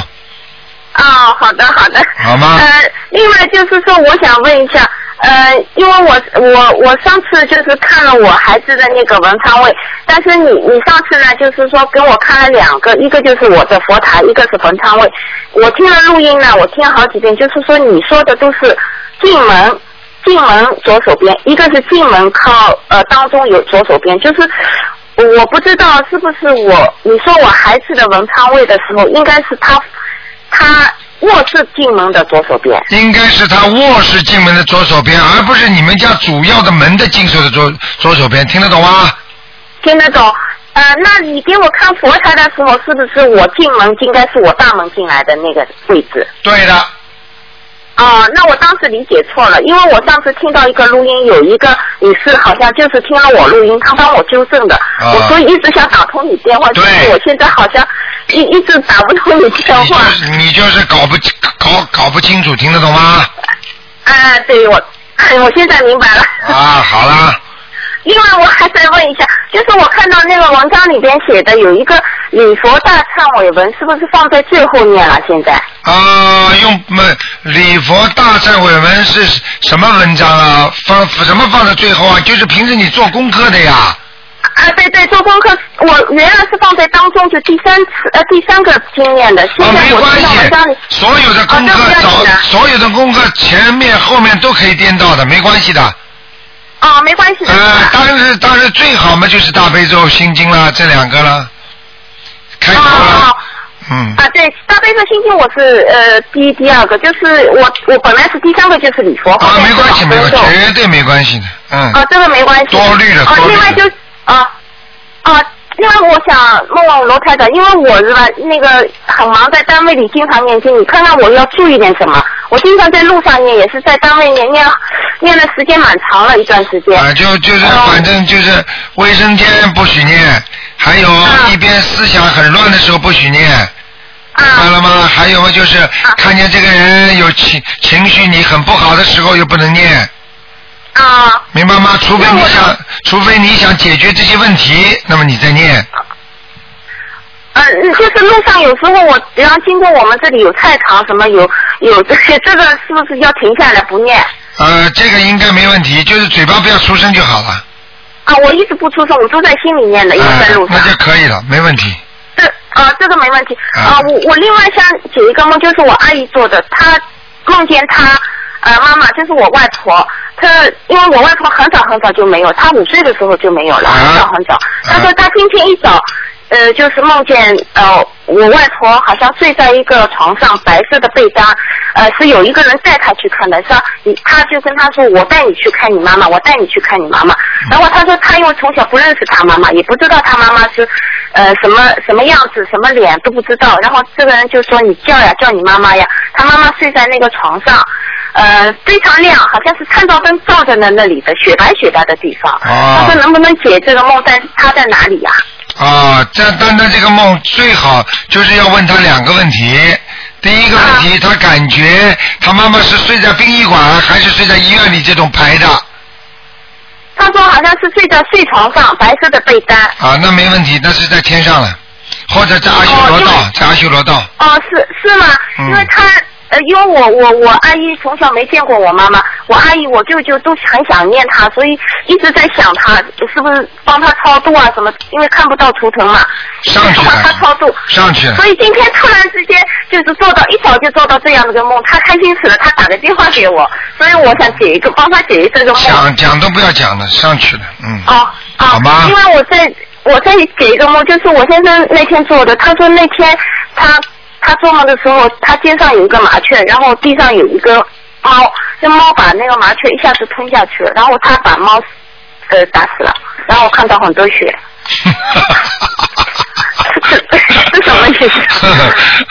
Speaker 5: 哦，好的好的。
Speaker 2: 好吗？
Speaker 5: 呃，另外就是说，我想问一下，呃，因为我我我上次就是看了我孩子的那个文昌位，但是你你上次呢，就是说给我看了两个，一个就是我的佛台，一个是文昌位。我听了录音呢，我听了好几遍，就是说你说的都是进门。进门左手边，一个是进门靠呃当中有左手边，就是我不知道是不是我你说我孩子的文昌位的时候，应该是他他卧室进门的左手边。
Speaker 2: 应该是他卧室进门的左手边，而不是你们家主要的门的进手的左左手边，听得懂吗？
Speaker 5: 听得懂？呃，那你给我看佛台的时候，是不是我进门应该是我大门进来的那个位置？
Speaker 2: 对的。
Speaker 5: 哦、那我当时理解错了，因为我上次听到一个录音，有一个女士好像就是听了我录音，她帮我纠正的，
Speaker 2: 啊
Speaker 5: 我所以一直想打通你电话，但是我现在好像一一直打不通你电话。
Speaker 2: 你就是搞不清搞搞不清楚，听得懂吗？
Speaker 5: 啊，对我，哎我现在明白了。
Speaker 2: 啊，好啦，
Speaker 5: 另外，我还再问一下，就是我看到那个文章里边写的有一个礼佛大忏悔文，是不是放在最后面了？现在
Speaker 2: 啊，用么礼佛大忏悔文是什么文章啊？放什么放在最后啊？就是平时你做功课的呀。
Speaker 5: 啊，对对，做功课，我原来是放在当中，就第三次呃第三个经验的，现在
Speaker 2: 啊
Speaker 5: 我知道文章里啊
Speaker 2: 所有的功课找，所有的功课前面后面都可以颠倒的，没关系的。
Speaker 5: 啊、没关系的。
Speaker 2: 呃，当然当然最好嘛就是大悲咒、心经啦，这两个啦。开头了，嗯，
Speaker 5: 啊，对，大悲咒心经我是呃第第二个，就是我我本来是第三个就是礼佛，啊
Speaker 2: 没关系，没关系，绝对没关系的，嗯。
Speaker 5: 啊，这个没关系。
Speaker 2: 多虑了
Speaker 5: 啊
Speaker 2: 多，虑
Speaker 5: 另外就啊啊，另外我想问问罗台长，因为我是吧，那个很忙，在单位里经常念经，你看看我要注意点什么？我经常在路上念，也是在单位念，念念的时间蛮长了一段时间。
Speaker 2: 啊，就就是
Speaker 5: 哦
Speaker 2: 反正就是卫生间不许念，还有
Speaker 5: 啊
Speaker 2: 一边思想很乱的时候不许念，明白了吗？还有嘛
Speaker 5: 啊
Speaker 2: 就是看见这个人有情情绪你很不好的时候又不能念，
Speaker 11: 啊。
Speaker 2: 明白吗？除非你想，除非你想解决这些问题，那么你再念。
Speaker 5: 啊呃，就是路上有时候我，然后经过我们这里有菜场什么有有这些，这个是不是要停下来不念？
Speaker 2: 呃，这个应该没问题，就是嘴巴不要出声就好了，啊
Speaker 5: 啊，我一直不出声，我都在心里念的，一直在路上。
Speaker 2: 那就可以了，没问题。
Speaker 5: 这啊、这个没问题。啊、我我另外想解一个梦，就是我阿姨做的，她梦见她呃妈妈，就是我外婆，她因为我外婆很早很早就没有，她五岁的时候就没有了，很早很早。她说她今天一早，呃，就是梦见呃我外婆好像睡在一个床上，白色的被单，呃是有一个人带她去看的，说你她就跟她说我带你去看你妈妈，我带你去看你妈妈。然后她说她因为从小不认识她妈妈，也不知道她妈妈是呃什么什么样子、什么脸都不知道。然后这个人就说你叫呀，叫你妈妈呀。他妈妈睡在那个床上，呃，非常亮，好像是探照灯照在那那里的雪白雪白的地方。
Speaker 2: 啊
Speaker 5: 他说能不能解这个梦？但是他在哪里呀、
Speaker 2: 啊，这但他这个梦最好就是要问他两个问题。第一个问
Speaker 5: 啊
Speaker 2: 题，他感觉他妈妈是睡在殡仪馆还是睡在医院里这种排的
Speaker 5: 他说好像是睡在睡床上，白色的被单。
Speaker 2: 啊？那没问题，那是在天上了，或者在阿修罗道，在阿修罗道。
Speaker 5: 哦，是是吗？
Speaker 2: 嗯
Speaker 5: 哦因为他呃，因为我我我阿姨从小没见过我妈妈，我阿姨我舅舅都很想念她，所以一直在想她是不是帮她超度啊什么，因为看不到图腾嘛，
Speaker 2: 上去
Speaker 5: 就帮她超度。
Speaker 2: 上去了
Speaker 5: 所以今天突然之间就是做到一早就做到这样的个梦，她开心死了，她打个电话给我，所以我想解一个帮她解一这个梦。
Speaker 2: 讲讲都不要讲了，上去了，嗯。
Speaker 5: 哦，好
Speaker 2: 吗
Speaker 5: 因为我在我在给一个梦，就是我先生那天做的，他说那天他他做梦的时候，他肩上有一个麻雀，然后地上有一个猫，那猫把那个麻雀一下子吞下去了，然后他把猫呃打死了，然后我看到很多血。 这这什么意思？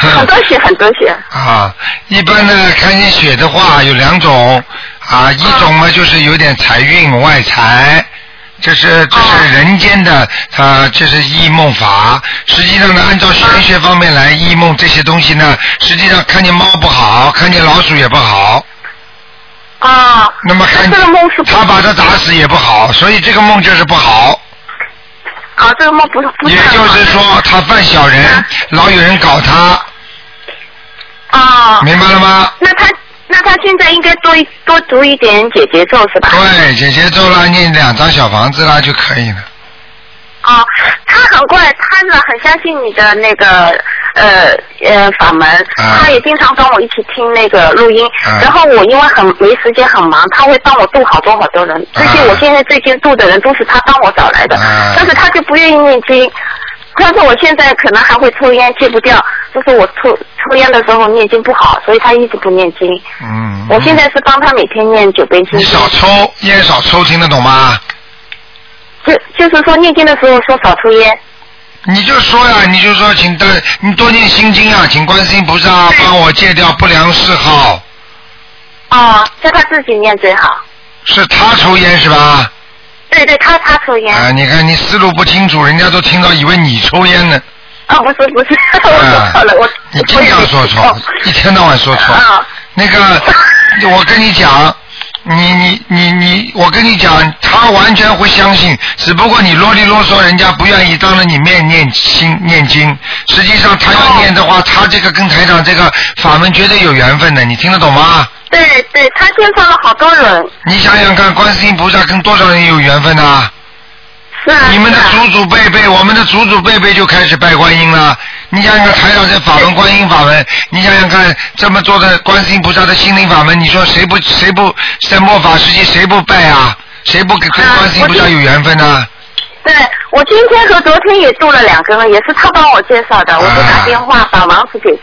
Speaker 5: 很多血，很多血。
Speaker 2: 啊，一般呢，看见血的话有两种啊，一种嘛就是有点财运外财，这是这是人间的啊，这是异梦法。实际
Speaker 5: 啊
Speaker 2: 上呢，按照玄学方面来，异梦这些东西呢，实际上看见猫不好，看见老鼠也不好。
Speaker 5: 啊，
Speaker 2: 那么看这个
Speaker 5: 梦是
Speaker 2: 他把它打死也不好，所以这个梦就是不好。
Speaker 5: 啊，这个梦不是不
Speaker 2: 也就是说，他犯小人，老有人搞他，
Speaker 5: 啊。
Speaker 2: 明白了吗？
Speaker 5: 那他那他现在应该多一多读一点姐姐咒是吧？
Speaker 2: 对，姐姐咒啦，念两张小房子啦就可以了。
Speaker 5: 哦，他很怪，他是很相信你的那个呃呃法门，
Speaker 2: 啊
Speaker 5: 他也经常跟我一起听那个录音。然后我因为很没时间很忙，他会帮我度好多好多人。这些我现在最近度的人都是他帮我找来的，
Speaker 2: 啊
Speaker 5: 但是他就不愿意念经。但是我现在可能还会抽烟，戒不掉。就是我抽抽烟的时候念经不好，所以他一直不念经。
Speaker 2: 嗯，
Speaker 5: 我现在是帮他每天念九遍经。
Speaker 2: 你少抽烟少抽，听得懂吗？
Speaker 5: 就就是说念经的时候说少抽烟。
Speaker 2: 你就说呀，你就说，请大你多念心经啊，请观世音菩萨帮我戒掉不良嗜好。
Speaker 5: 哦，叫他自己念最好。
Speaker 2: 是他抽烟是吧？
Speaker 5: 对对，他他抽烟。
Speaker 2: 啊，你看你思路不清楚，人家都听到以为你抽烟呢。
Speaker 5: 啊，不是不是， 我说错了，我
Speaker 2: 你经常说错，一天到晚说错。
Speaker 5: 哦
Speaker 2: 那 个，我跟你讲，你你你你，我跟你讲，他完全会相信，只不过你啰里啰嗦，人家不愿意当着你面念经念经。实际上他要念的
Speaker 5: 哦
Speaker 2: 话，他这个跟台长这个法门绝对有缘分的，你听得懂吗？
Speaker 5: 对对，他介绍了好多人。
Speaker 2: 你想想看，观世音菩萨跟多少人有缘分呐、啊
Speaker 5: 是啊。
Speaker 2: 你们的祖祖辈辈，我们的祖祖辈辈就开始拜观音了。你想想看，台长这法门，观音法门，你想想看，这么做的观世音菩萨的心灵法门，你说谁不谁不在末法时期谁不拜啊？谁不跟跟观世音菩萨有缘分呢、
Speaker 5: 对，我今天和昨天也度了两个人，也是他帮我介绍的，我都打电话把网址给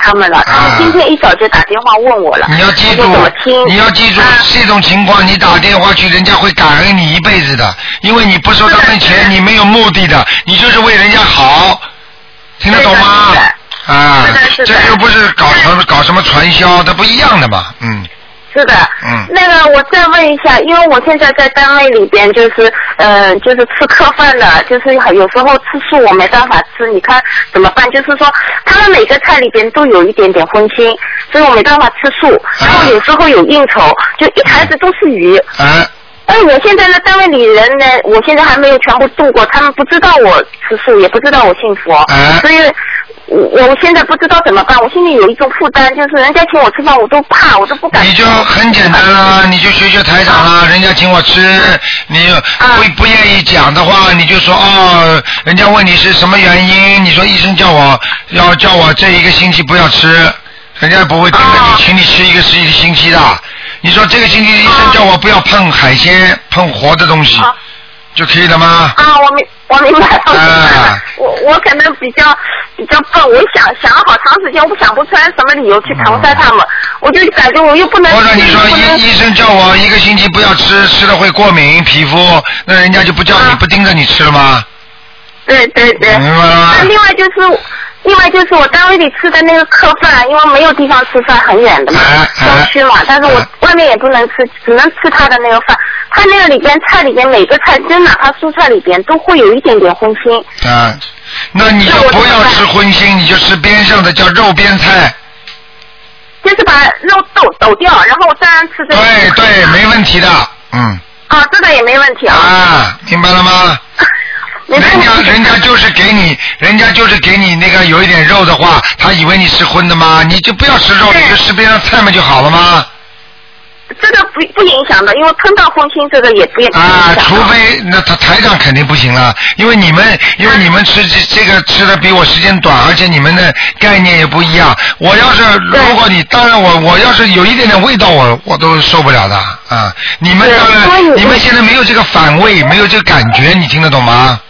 Speaker 5: 他们了，他们今天一早就打电话问我了。
Speaker 2: 啊你要记住
Speaker 5: 我说怎么，
Speaker 2: 你要记住，这种情况你打电话去，人家会感恩你一辈子的，因为你不收他们钱，你没有目的的，你就是为人家好，听得懂吗？啊，这又不是搞什么搞什么传销，它不一样的嘛，嗯
Speaker 5: 是的，
Speaker 2: 嗯。
Speaker 5: 那个我再问一下，因为我现在在单位里边，就是呃，就是吃客饭的，就是有时候吃素我没办法吃，你看怎么办？就是说他们每个菜里边都有一点点荤腥，
Speaker 2: 啊
Speaker 5: 所以我没办法吃素。然后有时候有应酬，就一盘子都是鱼。
Speaker 2: 啊。
Speaker 5: 哎，我现在呢，单位里人呢，我现在还没有全部度过，他们不知道我吃素，也不知道我信佛，
Speaker 2: 啊
Speaker 5: 所以我我现在不知道怎么办。我心里有一种负担，就是人家请我吃饭，我都怕，我都不敢。
Speaker 2: 你就很简单啦，你就学学台长
Speaker 5: 啊
Speaker 2: 啦，人家请我吃，你不不愿意讲的话，你就说哦，人家问你是什么原因，你说医生叫我要叫我这一个星期不要吃，人家不会盯着
Speaker 5: 啊
Speaker 2: 你，请你吃一个是一个星期的。你说这个星期医
Speaker 5: 啊
Speaker 2: 生叫我不要碰海鲜、碰活的东西，就可以了吗？
Speaker 5: 啊，我明我明白了，我明白
Speaker 2: 啊
Speaker 5: 了。我我可能比较比较笨，我想想了好长时间，我不想不出来什么理由去搪塞他们，
Speaker 2: 嗯
Speaker 5: 我就感觉我又不能。
Speaker 2: 或者你说医医生叫我一个星期不要吃，吃了会过敏皮肤，那人家就不叫你、
Speaker 5: 啊
Speaker 2: 不盯着你吃了吗？
Speaker 5: 对对对。
Speaker 2: 明白了吗
Speaker 5: 那另外就是，另外就是我单位里吃的那个客饭，因为没有地方吃饭，很远的嘛，
Speaker 2: 哎
Speaker 5: 郊区嘛，但是我外面也不能吃，只能吃他的那个饭。他那个里边菜里边每个菜真哪怕蔬菜里边都会有一点点荤腥。
Speaker 2: 啊，那你就不要吃荤腥，你就吃边上的叫肉边菜。
Speaker 5: 就是把肉抖抖掉，然后再吃这个。
Speaker 2: 对哎对，没问题的，嗯。
Speaker 5: 啊，这个也没问题啊。
Speaker 2: 啊，明白了 吗？人家人家就是给你，人家就是给你那个有一点肉的话，他以为你吃荤的吗？你就不要吃肉，你就吃边上菜嘛就好了吗？
Speaker 5: 这个不不影响的，因为碰到荤腥这个也不也不影响。
Speaker 2: 啊，除非那他台长肯定不行了，因为你们因为你们吃这这个吃的比我时间短，而且你们的概念也不一样。我要是如果你当然我我要是有一点点味道，我我都受不了的啊。你们当然你们现在没有这个反胃，没有这个感觉，你听得懂吗？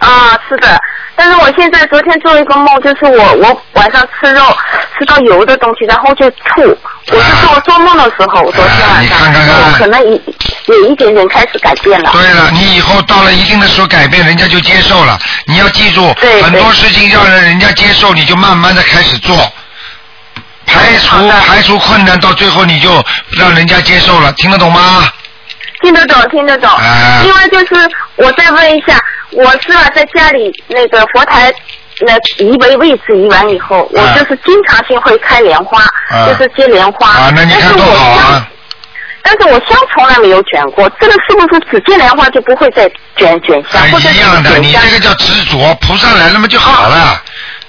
Speaker 5: 啊，是的。但是我现在昨天做了一个梦，就是我我晚上吃肉吃到油的东西，然后就吐。我
Speaker 2: 啊
Speaker 5: 是做做梦的时候，昨天
Speaker 2: 哎
Speaker 5: 晚上，我可能一有一点点开始改变了。
Speaker 2: 对了，你以后到了一定的时候改变，人家就接受了。你要记住，很多事情让人人家接受，你就慢慢的开始做，排除排除困难，到最后你就让人家接受了，听得懂吗？
Speaker 5: 听得懂，听得懂。
Speaker 2: 啊
Speaker 5: 另外就是，我再问一下，我是吧，在家里那个佛台那移为位置移完以后，我
Speaker 2: 啊
Speaker 5: 就是经常性会开莲花，
Speaker 2: 啊
Speaker 5: 就是接莲花。
Speaker 2: 啊，那你看多好啊！
Speaker 5: 但是我香从来没有卷过，这个是不是只接莲花就不会再卷卷香，或者
Speaker 2: 啊一样的，你这个叫执着，菩萨来了嘛就好了，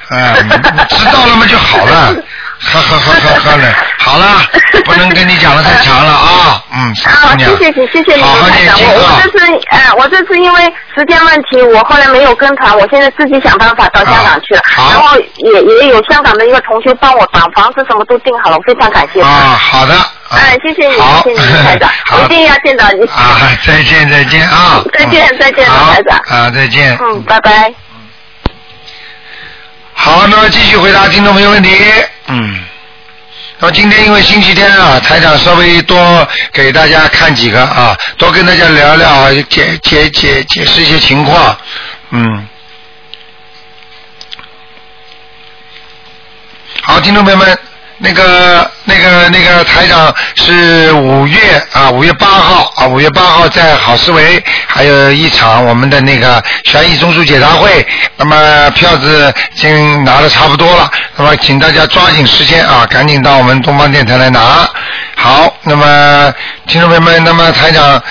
Speaker 2: 嗯，知道了嘛就好了，呵呵呵呵呵了，好了，不能跟你讲的太长了啊，嗯，傻
Speaker 5: 啊
Speaker 2: 姑，娘
Speaker 5: 谢，谢你，谢谢你，
Speaker 2: 好好
Speaker 5: 台长。
Speaker 2: 念经
Speaker 5: 我
Speaker 2: 啊
Speaker 5: 我这是哎、我这是因为时间问题，我后来没有跟团，我现在自己想办法
Speaker 2: 啊
Speaker 5: 到香港去了。然后也也有香港的一个同学帮我把房子什么都定好了，我非常感谢他。
Speaker 2: 啊，好的，
Speaker 5: 哎，谢谢你，谢谢你，台长，我一定要见到你。
Speaker 2: 啊，再见再见啊，
Speaker 5: 再见，再见，
Speaker 2: 好
Speaker 5: 台长。
Speaker 2: 啊，再见。
Speaker 5: 嗯，拜拜。
Speaker 2: 好，那么继续回答听众朋友问题。嗯。那么今天因为星期天啊，台长稍微多给大家看几个啊，多跟大家聊聊啊，解解解解释一些情况。嗯。好，听众朋友们，那个、那个、那个台长是五月啊，五月八号啊，五月八号在好思维还有一场我们的那个悬疑综述解答会，那么票子已经拿的差不多了，那么请大家抓紧时间啊，赶紧到我们东方电台来拿。好，那么听众朋友们，那么台长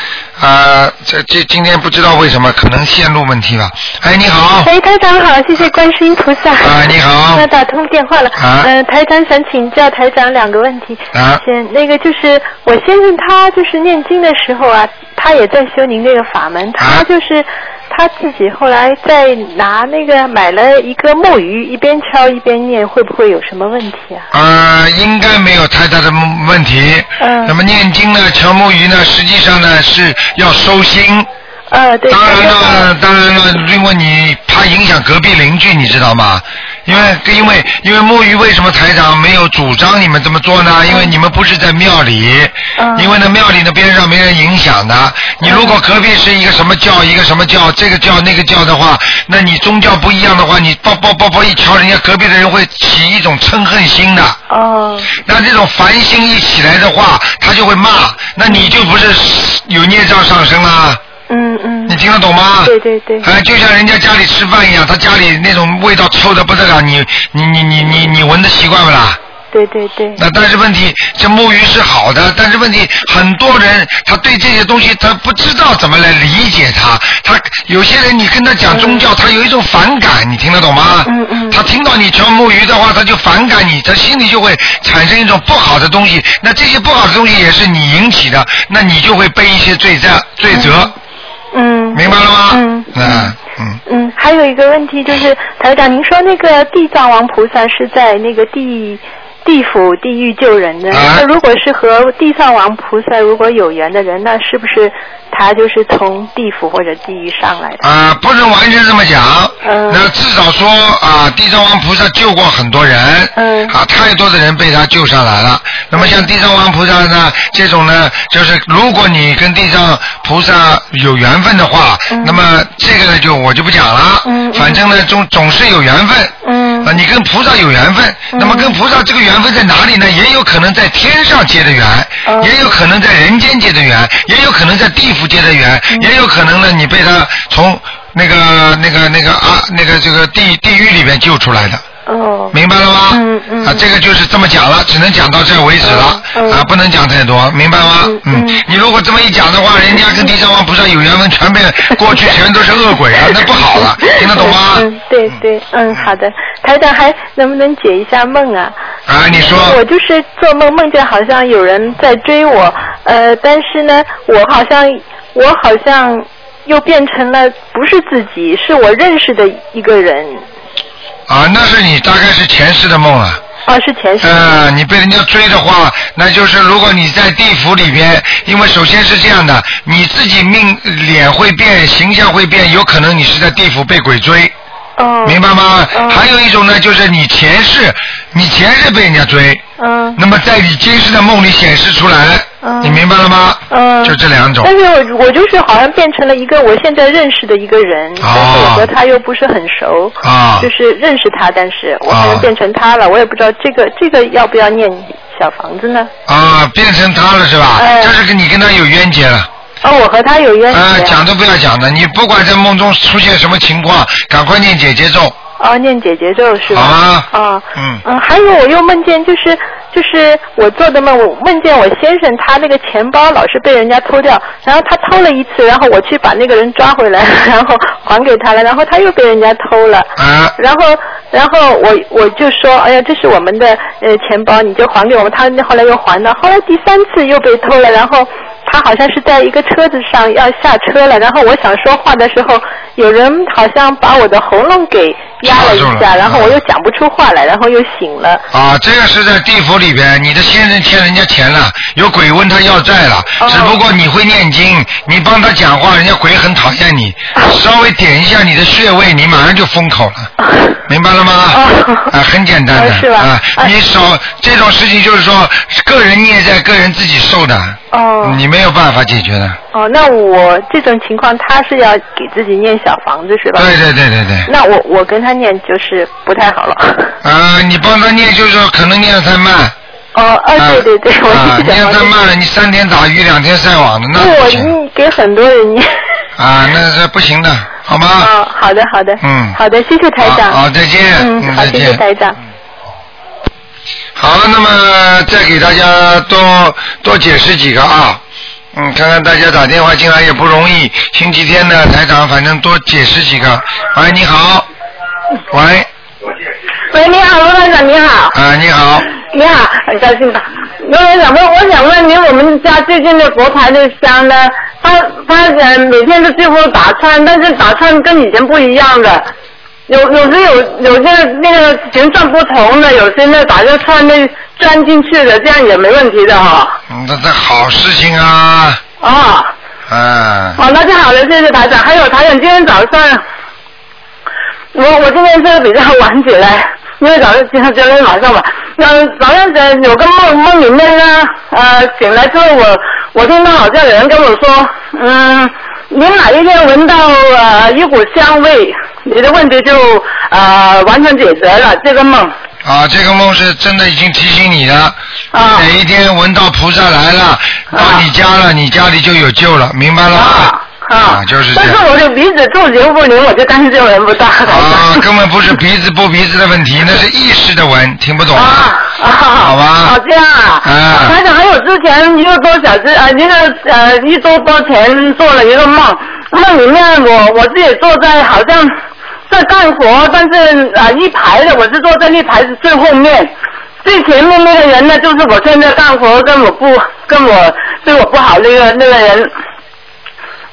Speaker 2: 啊、这这今天不知道为什么，可能线路问题吧。哎，你好。
Speaker 12: 哎，台长好，谢谢观世音菩萨。
Speaker 2: 啊，你好。
Speaker 12: 那打通电话了。
Speaker 2: 啊
Speaker 12: 嗯、台长想请教台长两个问题。
Speaker 2: 啊
Speaker 12: 先那个就是我先生他就是念经的时候啊，他也在修您这个法
Speaker 2: 啊
Speaker 12: 门，他就是。他自己后来在拿那个买了一个木鱼，一边敲一边念，会不会有什么问题啊？
Speaker 2: 呃，应该没有太大的问题。
Speaker 12: 嗯
Speaker 2: 那么念经呢，敲木鱼呢，实际上呢是要收心。
Speaker 12: 呃，对。
Speaker 2: 当然了，当然了，因为你怕影响隔壁邻居，你知道吗？因为因为因为木鱼为什么台长没有主张你们这么做呢？因为你们不是在庙里，因为呢庙里的边上没人影响的。你如果隔壁是一个什么教一个什么教，这个教那个教的话，那你宗教不一样的话，你叭叭叭叭一敲，人家隔壁的人会起一种嗔恨心的。
Speaker 12: 哦。
Speaker 2: 那这种烦心一起来的话，他就会骂，那你就不是有孽障上升啦。
Speaker 12: 嗯嗯。
Speaker 2: 你听得懂吗？
Speaker 12: 对对对。
Speaker 2: 哎，就像人家家里吃饭一样，他家里那种味道臭的不得了，你你你你你你闻的习惯不啦？
Speaker 12: 对对对，
Speaker 2: 那但是问题，这木鱼是好的，但是问题很多人他对这些东西他不知道怎么来理解它，他有些人你跟他讲宗
Speaker 12: 嗯
Speaker 2: 教，他有一种反感，你听得懂吗？嗯嗯。他听到你敲木鱼的话，他就反感你，他心里就会产生一种不好的东西。那这些不好的东西也是你引起的，那你就会背一些罪责罪责，
Speaker 12: 嗯，
Speaker 2: 明白了吗？
Speaker 12: 嗯
Speaker 2: 嗯
Speaker 12: 嗯，还有一个问题就是，台长，您说那个地藏王菩萨是在那个地地府地狱救人的，那如果是和地藏王菩萨如果有缘的人，那是不是他就是从地府或者地狱上来的？
Speaker 2: 啊，不能完全这么讲。那至少说啊，地藏王菩萨救过很多人。嗯。啊，太多的人被他救上来了。那么像地藏王菩萨呢，这种呢，就是如果你跟地藏菩萨有缘分的话，那么这个呢就我就不讲了。嗯。反正呢，总总是有缘分。嗯。啊，你跟菩萨有缘分，那么跟菩萨这个缘分在哪里呢？也有可能在天上结的缘，也有可能在人间结的缘，也有可能在地府结的缘，也有可能呢你被他从那个那个那个啊那个这个地地狱里面救出来的。
Speaker 12: 哦。
Speaker 2: 明白了吗？嗯嗯。啊，这个就是这么讲了，只能讲到这儿为止了，啊，不能讲太多，明白吗？嗯。你如果这么一讲的话，人家跟地藏王菩萨有缘分，全被过去全都是恶鬼啊，那不 好了，听得懂吗？
Speaker 12: 嗯，对对，嗯，好的。台长还能不能解一下梦啊？
Speaker 2: 啊，你说。
Speaker 12: 我就是做梦，梦见好像有人在追我，呃，但是呢，我好像我好像又变成了不是自己，是我认识的一个人，
Speaker 2: 啊，那是你大概是前世的梦了。
Speaker 12: 啊，是前世。
Speaker 2: 呃，你被人家追的话，那就是如果你在地府里边，因为首先是这样的，你自己命脸会变，形象会变，有可能你是在地府被鬼追。
Speaker 12: 哦。
Speaker 2: 明白吗？还有一种呢，就是你前世，你前世被人家追。
Speaker 12: 嗯。
Speaker 2: 那么在你今世的梦里显示出来，
Speaker 12: 嗯
Speaker 2: 你明白了吗？
Speaker 12: 嗯。
Speaker 2: 就这两种。
Speaker 12: 但是我我就是好像变成了一个我现在认识的一个人，但是我和他又不是很熟，
Speaker 2: 啊
Speaker 12: 就是认识他，但是我好像变成他了，我也不知道这个这个要不要念小房子呢？
Speaker 2: 啊，变成他了是吧？这是跟你跟他有冤结了。
Speaker 12: 哎哦，我和他有冤结。
Speaker 2: 啊，讲都不要讲的，你不管在梦中出现什么情况，赶快念姐姐咒。
Speaker 12: 哦，念姐姐咒是吧？
Speaker 2: 啊
Speaker 12: 啊，
Speaker 2: 嗯
Speaker 12: 嗯，还有我又梦见就是就是我做的梦，我梦见我先生他那个钱包老是被人家偷掉，然后他偷了一次，然后我去把那个人抓回来，然后还给他了，然后他又被人家偷了，
Speaker 2: 啊，
Speaker 12: 然后然后我我就说，哎呀，这是我们的呃钱包，你就还给我们，他后来又还了，后来第三次又被偷了，然后。他好像是在一个车子上要下车了，然后我想说话的时候，有人好像把我的喉咙给压了
Speaker 2: 卡
Speaker 12: 一
Speaker 2: 住了
Speaker 12: 下，然后我又讲不出话来，然后又醒了。
Speaker 2: 啊，这个是在地府里边，你的先生欠人家钱了，有鬼问他要债了，
Speaker 12: 哦
Speaker 2: 只不过你会念经，你帮他讲话，人家鬼很讨厌你，
Speaker 12: 哦
Speaker 2: 稍微点一下你的穴位，你马上就封口了，明白了吗？啊，很简单
Speaker 12: 哦是
Speaker 2: 的
Speaker 12: 吧
Speaker 2: 啊，你少这种事情就是说个人孽债，个人自己受的，
Speaker 12: 哦
Speaker 2: 你没有办法解决的。
Speaker 12: 哦，那我这种情况，他是要给自己念小房子是吧？
Speaker 2: 对对对对对。
Speaker 12: 那我我跟他念就是不太好了。
Speaker 2: 啊，你帮他念就是说可能念的太慢。
Speaker 12: 哦，啊，对对对，我
Speaker 2: 啊，
Speaker 12: 是
Speaker 2: 念
Speaker 12: 想
Speaker 2: 得太慢了，你三天打鱼两天晒网的，那
Speaker 12: 对
Speaker 2: 不
Speaker 12: 我
Speaker 2: 行
Speaker 12: 念给很多人念。
Speaker 2: 啊，那是不行的，好吗？
Speaker 12: 哦，好的好的，
Speaker 2: 嗯
Speaker 12: 好的，谢谢台长。
Speaker 2: 好好再见嗯
Speaker 12: 嗯，好，
Speaker 2: 再
Speaker 12: 谢
Speaker 2: 见
Speaker 12: 谢台长。
Speaker 2: 好，那么再给大家多多解释几个啊。嗯，看看大家打电话进来也不容易。星期天呢，台长反正多解释几个。喂，你好。喂，
Speaker 13: 喂，你好，罗台长，你好，
Speaker 2: 啊，你好。
Speaker 13: 你好，很高兴吧？罗台长，我我想问您，我们家最近的佛台的香呢，它它呃每天都几乎打颤，但是打颤跟以前不一样的，有有时有有些那个形状不同的，有些那打着串那钻进去的，这样也没问题的哈、
Speaker 2: 嗯，这这好事情啊，
Speaker 5: 哦
Speaker 13: 啊。
Speaker 2: 啊，
Speaker 13: 哦，那就好了，谢谢台长。还有台长，今天早上，我我今天是比较晚起来，因为早上今天今天晚上吧，那早上呃有个梦梦里面呢，呃醒来之后我我听到好像有人跟我说，嗯，你哪一天闻到呃一股香味，你的问题就呃完全解决了这个梦。
Speaker 2: 啊，这个梦是真的已经提醒你了。
Speaker 13: 啊。
Speaker 2: 哪一天闻到菩萨来了，到你家了，你家里就有救了，明白了吗？啊，就是这
Speaker 13: 但
Speaker 2: 样。
Speaker 13: 是我的鼻子皱留不灵，我就担心闻不到。啊
Speaker 2: 啊，根本不是鼻子不鼻子的问题，那是意识的闻，听不懂啊。
Speaker 13: 好吧。好这样啊。啊。台长，还有之前一个多小时啊，一个呃一周多前做了一个梦，梦里面我我自己坐在好像在干活，但是啊、一排的我是坐在一排的最后面。最前面那个人呢，就是我现在干活跟我不跟我对 我不好那个那个人，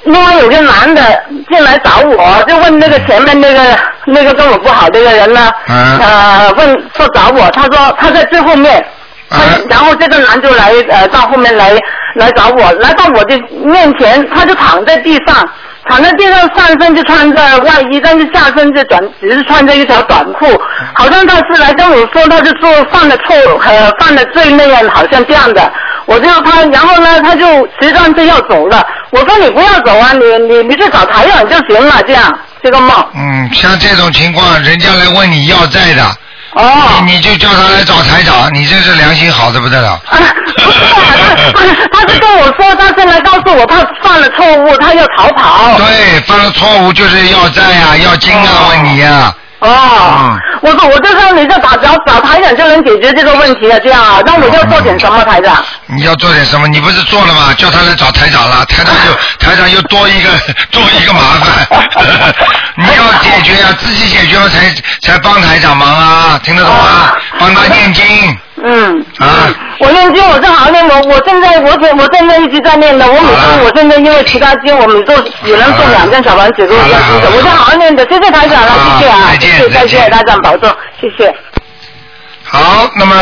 Speaker 13: 另外有个男的进来找我，就问那个前面那个那个跟我不好那个人呢，
Speaker 2: 嗯
Speaker 13: 呃，问说找我，他说他在最后面，他然后这个男就来呃到后面来来找我，来到我的面前，他就躺在地上，躺在地上上身就穿着外衣，但是下身就短只是穿着一条短裤，好像他是来跟我说他就做犯了错呃犯了罪那样，好像这样的。我就他，然后呢，他就实际上就要走了。我说你不要走啊，你你你去找台长就行了，这样这个梦。
Speaker 2: 嗯，像这种情况，人家来问你要债的，
Speaker 13: 哦，
Speaker 2: 你你就叫他来找台长，你这是良心好的不得了。
Speaker 13: 他是跟我说，他是来告诉我他犯了错误，他要逃跑。
Speaker 2: 对，犯了错误就是要债呀、要金啊，嗯问你呀、啊
Speaker 13: 哦，我说我就说你就打找找台长就能解决这个问题了，这样啊，那我要做点什么，台长？
Speaker 2: 你要做点什么？你不是做了吗？叫他来找台长了，台长又台长又多一个 多一个麻烦。 你要解决呀、自己解决了才才帮台长忙啊，听得懂吗？帮他念经。
Speaker 13: 嗯。
Speaker 2: 啊，
Speaker 13: 我念经，我正好念我，我现在我现我现在一直在念的，我每天我现在因为其他经，我们做只能做两件小房子，给我要经的，我就好好念的，谢谢台长了，谢谢啊，谢谢，再见，台长保重，谢谢。
Speaker 2: 好，那么，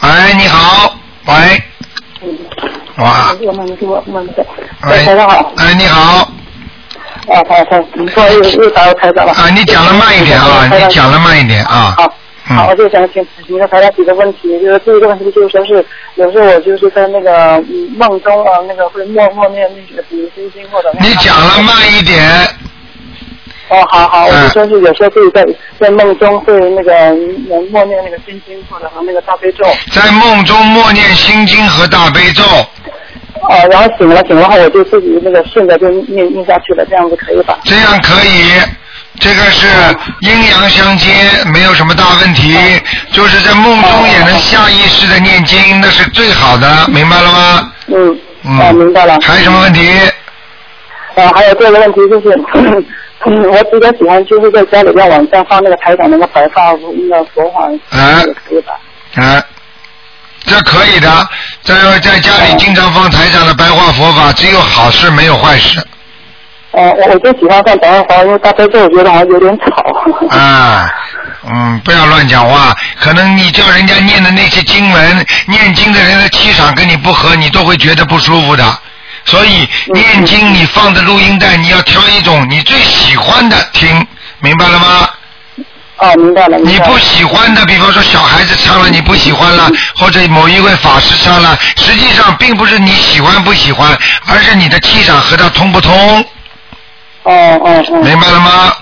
Speaker 2: 喂，你好，喂，哇，
Speaker 14: 我们我们的，
Speaker 2: 喂，
Speaker 14: 台长好，
Speaker 2: 哎，你好，
Speaker 14: 哎，台长，你说又又打扰台长了。哎
Speaker 2: 啊，你讲的慢一点啊，你讲的慢一点啊。
Speaker 14: 好好，我就想请请教台长几个问题，就是第一个问题就是说是有时候我就是在那个嗯梦中啊，那个会默默念那个比如心经或者那个。
Speaker 2: 你讲了慢一点。嗯
Speaker 14: 哦，好好，我就说是有时候自己在在梦中会那个嗯默念那个心经或者和那个大悲咒。
Speaker 2: 在梦中默念心经和大悲咒。
Speaker 14: 哦，然后醒了醒了后，我就自己那个顺着就念念下去了，这样子可以吧？
Speaker 2: 这样可以，这个是
Speaker 14: 哦
Speaker 2: 阴阳相接，没有什么大问题，就是在梦中也能下意识的念经，那是最好的，明白了吗？
Speaker 14: 嗯，
Speaker 2: 嗯，
Speaker 14: 哦，明白了。
Speaker 2: 还有什么问题？
Speaker 14: 呃，还有第二个问题就是 嗯，我比较喜欢就是在家里边晚上放那个台长那个白发那个佛法，
Speaker 2: 啊
Speaker 14: 可以吧？
Speaker 2: 啊，这可以的，在在家
Speaker 14: 哦
Speaker 2: 里经常放台长的白话佛法，只有好事没有坏事
Speaker 14: 呃，我我就喜欢放白话佛法，因为大悲咒我觉得好像有点吵。
Speaker 2: 啊。嗯，不要乱讲话。可能你叫人家念的那些经文，念经的人的气场跟你不合，你都会觉得不舒服的。所以念经你放的录音带，你要挑一种你最喜欢的听，明白了吗？
Speaker 14: 哦，明白了。
Speaker 2: 你不喜欢的，比方说小孩子唱了你不喜欢 了，或者某一位法师唱了，实际上并不是你喜欢不喜欢，而是你的气场和他通不通。
Speaker 14: 哦哦哦。
Speaker 2: 明白了吗？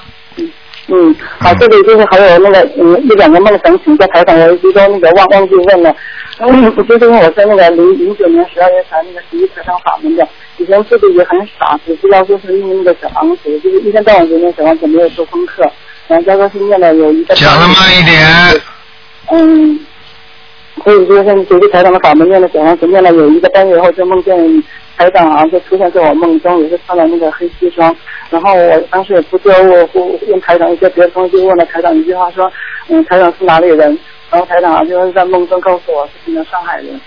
Speaker 14: 嗯，好，这里就是还有那个嗯一两个梦想请教台长，我一个那个忘忘记问了，嗯，就是因为我在那个零零九年十二月才那个十一课上法门的，以前自己也很傻，只知道就是因为那个小房子，就是一天到晚就念小房子，没有做功课，然后加上是念了有一个
Speaker 2: 讲的慢一点。
Speaker 14: 嗯，所以就是学习台长的法门念了小房子，念了有一个半月后，就梦见台长好像就出现在我梦中，也是穿了那个黑西装。然后我当时也不知道我我问台长一些别的东西，问了台长一句话说，嗯，台长是哪里人？然后台长好像就是在梦中告诉我是那个上海人。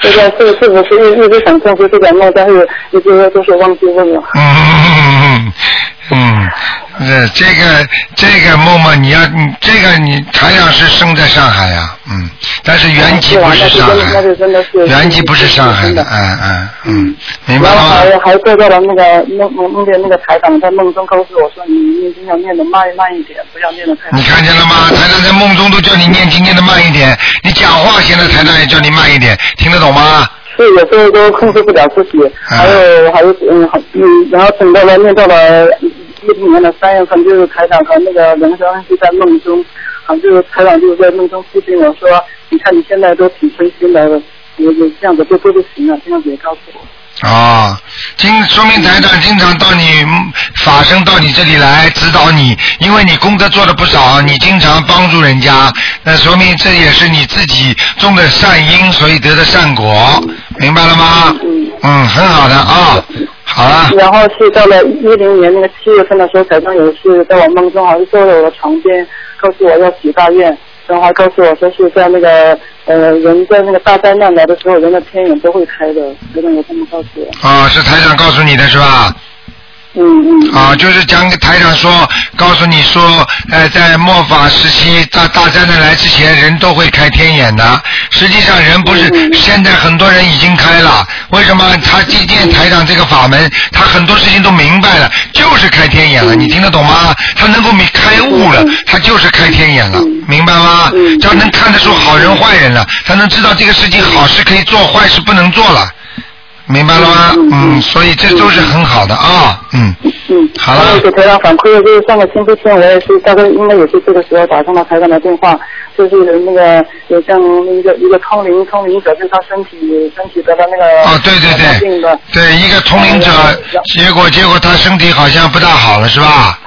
Speaker 14: 这个是是不是一一直想证实这个梦，但是一直就是忘记问了。
Speaker 2: 嗯嗯，呃，这个这个梦梦，你要你这个你台长是生在上海呀、嗯，但是原籍不是上
Speaker 14: 那
Speaker 2: 海，
Speaker 14: 是真的是
Speaker 2: 原籍不是上海的，嗯嗯嗯，明白
Speaker 14: 然
Speaker 2: 了
Speaker 14: 后
Speaker 2: 吗？
Speaker 14: 还还做到了那个梦梦梦见那个台长在梦中告诉我说，你你经常念的慢慢一点，不要念的太。
Speaker 2: 你看见了吗？台长在梦中都叫你念经念的慢一点，你讲话现在台长也叫你慢一点，听得懂吗？
Speaker 14: 是有时候都控制不了自己，还有还有嗯还嗯，然后等到了念到了一零年的三月份，就是台长和那个梁小安就在梦中，好像就是台长就在梦中批评我啊说，你看你现在都挺灰心的，我我这样子就对不行了，这样子也告诉我。
Speaker 2: 啊，经说明台长经常到你法身到你这里来指导你，因为你功德做的不少，你经常帮助人家，那说明这也是你自己种的善因，所以得的善果，明白了吗？嗯，很好的啊，好了。
Speaker 14: 然后是到了一零年那个七月份的时候，台上有一次在我梦中，好像坐在我的床边，告诉我要许大愿，然后还告诉我说是在那个呃人在那个大灾难来的时候，人的天眼都会开
Speaker 2: 嗯
Speaker 14: 的，台长有这么告诉我。
Speaker 2: 啊，是台长告诉你的是吧？
Speaker 14: 嗯
Speaker 2: 嗯。啊，就是讲给台长说，告诉你说，呃，在末法时期大大灾难来之前，人都会开天眼的。实际上，人不是、现在很多人已经开了，为什么他今天台长这个法门，他很多事情都明白了，就是开天眼了。你听得懂吗？他能够明开悟了，他就是开天眼了，明白吗？只要能看得出好人坏人了，他能知道这个事情好事可以做，坏事不能做了。明白了吗？嗯，所以这都是很好的啊，嗯，
Speaker 14: 嗯，
Speaker 2: 好了。
Speaker 14: 给台长反馈的就是上个星期天，我也是大概应该也是这个时候打通了台长的电话，就是那个有像一个一个通灵通灵者，就是他身体身体得了那个
Speaker 2: 哦，对对
Speaker 14: 病
Speaker 2: 对
Speaker 14: 的，
Speaker 2: 对，一个通灵者，结果结果他身体好像不大好了，是吧？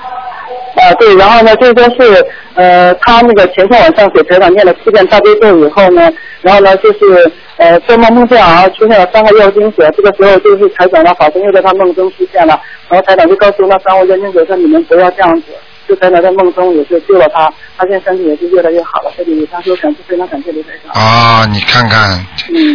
Speaker 14: 啊，对，然后呢，就是说是呃，他那个前天晚上给台长念了七遍大悲咒以后呢，然后呢就是呃做梦梦见啊出现了三个要经者，这个时候就是台长的法身又在他梦中出现了，然后台长就告诉那三位要经者说你们不要这样子，就台长在梦中也是救了他，他现在身体也是越来越好了，这里他说感谢非常感谢刘台长。
Speaker 2: 啊、你看看，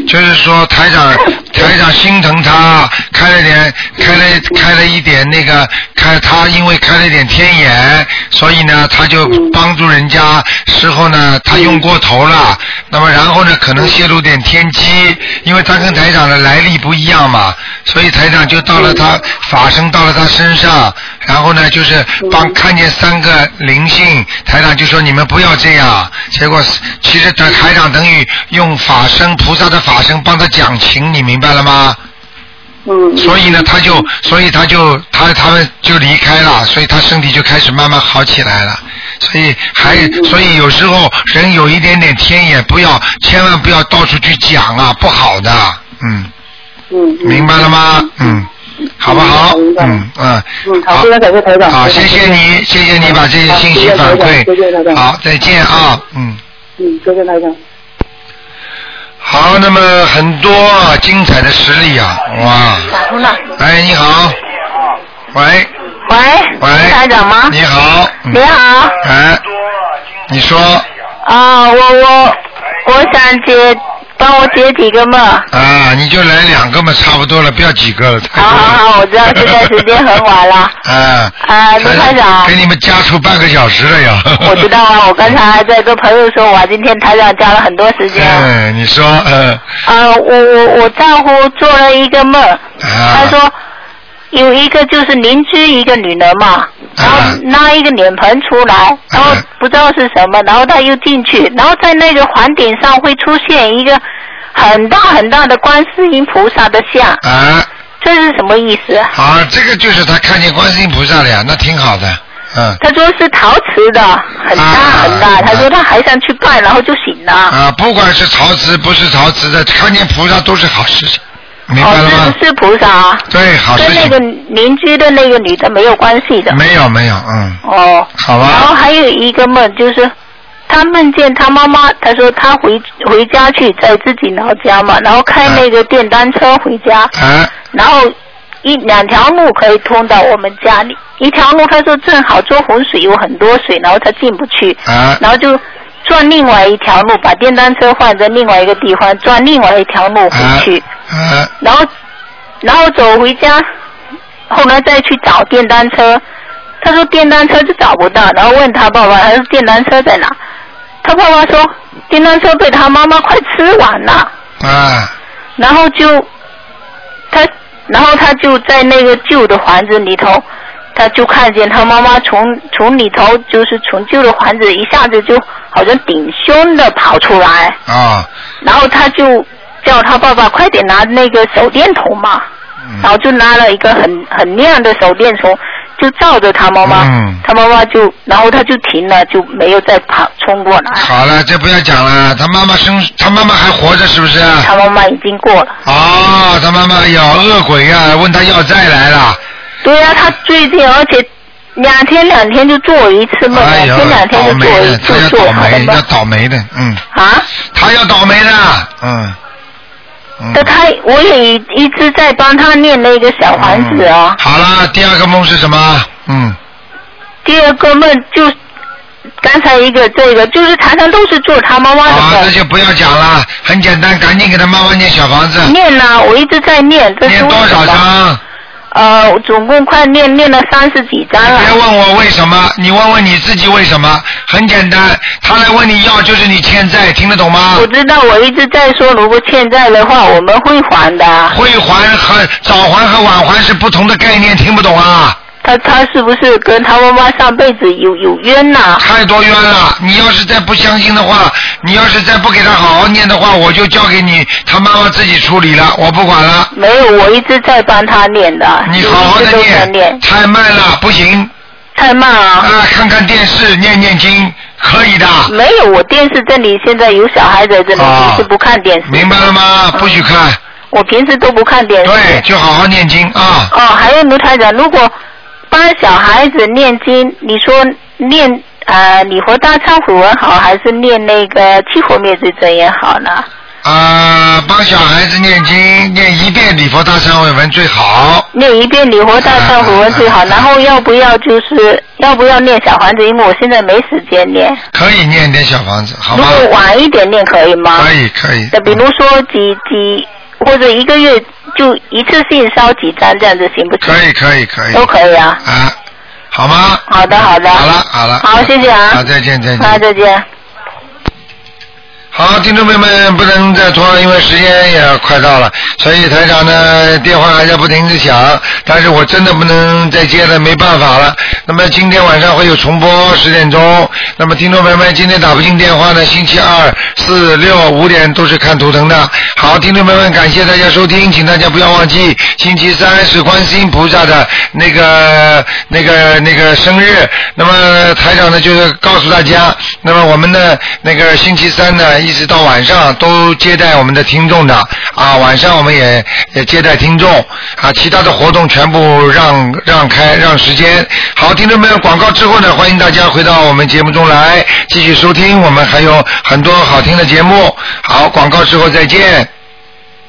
Speaker 2: 就是说台长台长心疼他，开了点开了开了一点那个开他因为开了一点天眼，所以呢他就帮助人家，事后呢他用过头了，那么然后呢可能泄露点天机，因为他跟台长的来历不一样嘛，所以台长就到了他法身到了他身上，然后呢就是帮看见三个灵性，台长就说你们不要这样，结果其实台台长等于用法身菩萨的法身帮他讲情，你明白了吗？
Speaker 14: 嗯。
Speaker 2: 所以呢，他就所以他就他他们就离开了，所以他身体就开始慢慢好起来了。所以还
Speaker 14: 嗯
Speaker 2: 所以有时候人有一点点天眼，不要千万不要到处去讲啊，不好的，嗯。
Speaker 14: 嗯。
Speaker 2: 明白了吗？嗯。好不好？嗯嗯。
Speaker 14: 嗯，好，非常感谢台长。
Speaker 2: 好，谢谢你，谢谢你把这些信息反馈。
Speaker 14: 谢谢台长。
Speaker 2: 好，再见啊，嗯。
Speaker 14: 嗯，谢谢台长。
Speaker 2: 好，那么很多啊精彩的实例啊，哇！
Speaker 15: 打通了。
Speaker 2: 哎，你好。喂。
Speaker 15: 喂。
Speaker 2: 喂。
Speaker 15: 台长吗？
Speaker 2: 你好。嗯
Speaker 15: 你好。
Speaker 2: 哎。你说
Speaker 15: 啊，我我我想解，帮我解几个梦。
Speaker 2: 啊，你就来两个嘛，差不多了，不要几个了。太
Speaker 15: 好
Speaker 2: 多了
Speaker 15: 好啊好，我知道现在时间很晚了。
Speaker 2: 啊。
Speaker 15: 啊，卢台长
Speaker 2: 给，你们加出半个小时了呀。
Speaker 15: 我知道啊，我刚才还在跟朋友说，我今天台长加了很多时 间。
Speaker 2: 嗯，你说，嗯，
Speaker 15: 啊，我我我丈夫做了一个
Speaker 2: 啊
Speaker 15: 梦，他说有一个就是邻居一个女人
Speaker 2: 啊
Speaker 15: 嘛，然后拿一个脸盆出来，然后不知道是什么，然后他又进去，然后在那个房顶上会出现一个很大很大的观世音菩萨的像，
Speaker 2: 啊，
Speaker 15: 这是什么意思？
Speaker 2: 好，这个就是他看见观世音菩萨了呀，那挺好的，嗯。
Speaker 15: 他说是陶瓷的，很大很大，他说他还想去拜，然后就醒了。
Speaker 2: 啊，不管是陶瓷不是陶瓷的，看见菩萨都是好事情，明白了吗
Speaker 15: 哦，？是是菩萨啊，
Speaker 2: 对，好事
Speaker 15: 跟那
Speaker 2: 情。
Speaker 15: 个邻居的那个女的没有关系的。
Speaker 2: 没有没有，嗯，
Speaker 15: 哦，
Speaker 2: 好吧
Speaker 15: 然后还有一个梦，就是他梦见他妈妈，他说他回回家去，在自己老家嘛，然后开那个电单车回家，
Speaker 2: 啊
Speaker 15: 然后一两条路可以通到我们家里，一条路他说正好做洪水有很多水，然后他进不去，
Speaker 2: 啊
Speaker 15: 然后就转另外一条路，把电单车换在另外一个地方，转另外一条路回去，
Speaker 2: 啊
Speaker 15: 然后然后走回家，后来再去找电单车，他说电单车就找不到，然后问他爸爸，他说电单车在哪？他爸爸说电单车被他妈妈快吃完了，
Speaker 2: 啊
Speaker 15: 然后就他然后他就在那个旧的房子里头，他就看见他妈妈从从里头就是从旧的房子一下子就好像顶胸的跑出来，
Speaker 2: 啊
Speaker 15: 然后他就叫他爸爸快点拿那个手电筒嘛，然后就拿了一个很很亮的手电筒，就照着他妈妈，他妈妈就，然后他就停了，就没有再跑冲过来。
Speaker 2: 好了，这不要讲了。他妈妈生，他妈妈还活着是不是？啊
Speaker 15: 他妈妈已经过了。
Speaker 2: 哦，他妈妈有恶鬼
Speaker 15: 嗯
Speaker 2: 呀、问他要债来了。
Speaker 15: 对呀、他最近而且两天两天就做一次梦，
Speaker 2: 哎呦
Speaker 15: 两天两天
Speaker 2: 倒
Speaker 15: 就做
Speaker 2: 霉
Speaker 15: 一
Speaker 2: 的，他要
Speaker 15: 次，做
Speaker 2: 倒
Speaker 15: 好了
Speaker 2: 霉，
Speaker 15: 吧
Speaker 2: 要倒霉的，嗯
Speaker 15: 啊？
Speaker 2: 他要倒霉的，嗯嗯。
Speaker 15: 但他我也一一直在帮他念那个小房子啊。
Speaker 2: 好了，第二个梦是什么？嗯，
Speaker 15: 第二个梦就刚才一个这个，就是常常都是做他妈妈的
Speaker 2: 好，
Speaker 15: 梦。
Speaker 2: 那就不要讲了，很简单，赶紧给他妈妈念小房子。
Speaker 15: 念呢、我一直在念，这是为
Speaker 2: 多
Speaker 15: 什
Speaker 2: 少
Speaker 15: 么？
Speaker 2: 张？
Speaker 15: 呃，我总共快念念了三十几张了。
Speaker 2: 别问我为什么，你问问你自己为什么。很简单，他来问你要就是你欠债，听得懂吗？
Speaker 15: 我知道，我一直在说，如果欠债的话，我们会还的。
Speaker 2: 会还和早还和晚还是不同的概念，听不懂啊？
Speaker 15: 他他是不是跟他妈妈上辈子有有冤呐、
Speaker 2: 太多冤了！你要是再不相信的话，你要是再不给他好好念的话，我就交给你他妈妈自己处理了，我不管了。
Speaker 15: 没有，我一直在帮他念的。
Speaker 2: 你好好
Speaker 15: 一
Speaker 2: 的
Speaker 15: 直都在
Speaker 2: 念，
Speaker 15: 念。
Speaker 2: 太慢了，不行。
Speaker 15: 太慢啊！
Speaker 2: 啊，看看电视，念念经，可以的。
Speaker 15: 没有，我电视这里现在有小孩在这里，平时不看电视。
Speaker 2: 啊
Speaker 15: 嗯
Speaker 2: 明白了吗？不许看。
Speaker 15: 我平时都不看电视。
Speaker 2: 对，就好好念经啊。
Speaker 15: 哦，还有卢台长，如果帮小孩子念经，你说念呃礼佛大忏悔文好，还是念那个七佛灭罪真言好呢？
Speaker 2: 啊、帮小孩子念经，念一遍礼佛大忏悔文最好。
Speaker 15: 念一遍礼佛大忏悔文最 好，然后要不要就是要不要念小房子？因为我现在没时间念，
Speaker 2: 可以念点小房子，好
Speaker 15: 如
Speaker 2: 吗？
Speaker 15: 果啊晚一点念可以吗？
Speaker 2: 可以，可以。
Speaker 15: 那比如说几几或者一个月就一次性烧几张这样子行不行？
Speaker 2: 可以，可以，可以。
Speaker 15: 都可以啊。
Speaker 2: 啊，好吗？
Speaker 15: 好的，好的。
Speaker 2: 好了，好了。
Speaker 15: 好，谢谢啊。
Speaker 2: 好，再见，再见。
Speaker 15: 好，再见。
Speaker 2: 好，听众朋友们，不能再拖了，因为时间也快到了，所以台长呢电话还在不停的响，但是我真的不能再接了，没办法了。那么今天晚上会有重播十点钟，那么听众朋友们，今天打不进电话呢，星期二、四、六、五点都是看图腾的。好，听众朋友们，感谢大家收听，请大家不要忘记，星期三是观世音菩萨的那个、那个、那个生日。那么台长呢，就是告诉大家，那么我们呢，那个星期三呢，一直到晚上都接待我们的听众的啊，晚上我们也也接待听众啊，其他的活动全部让让开让时间。好，听众朋友，广告之后呢，欢迎大家回到我们节目中来继续收听，我们还有很多好听的节目。好，广告之后再见。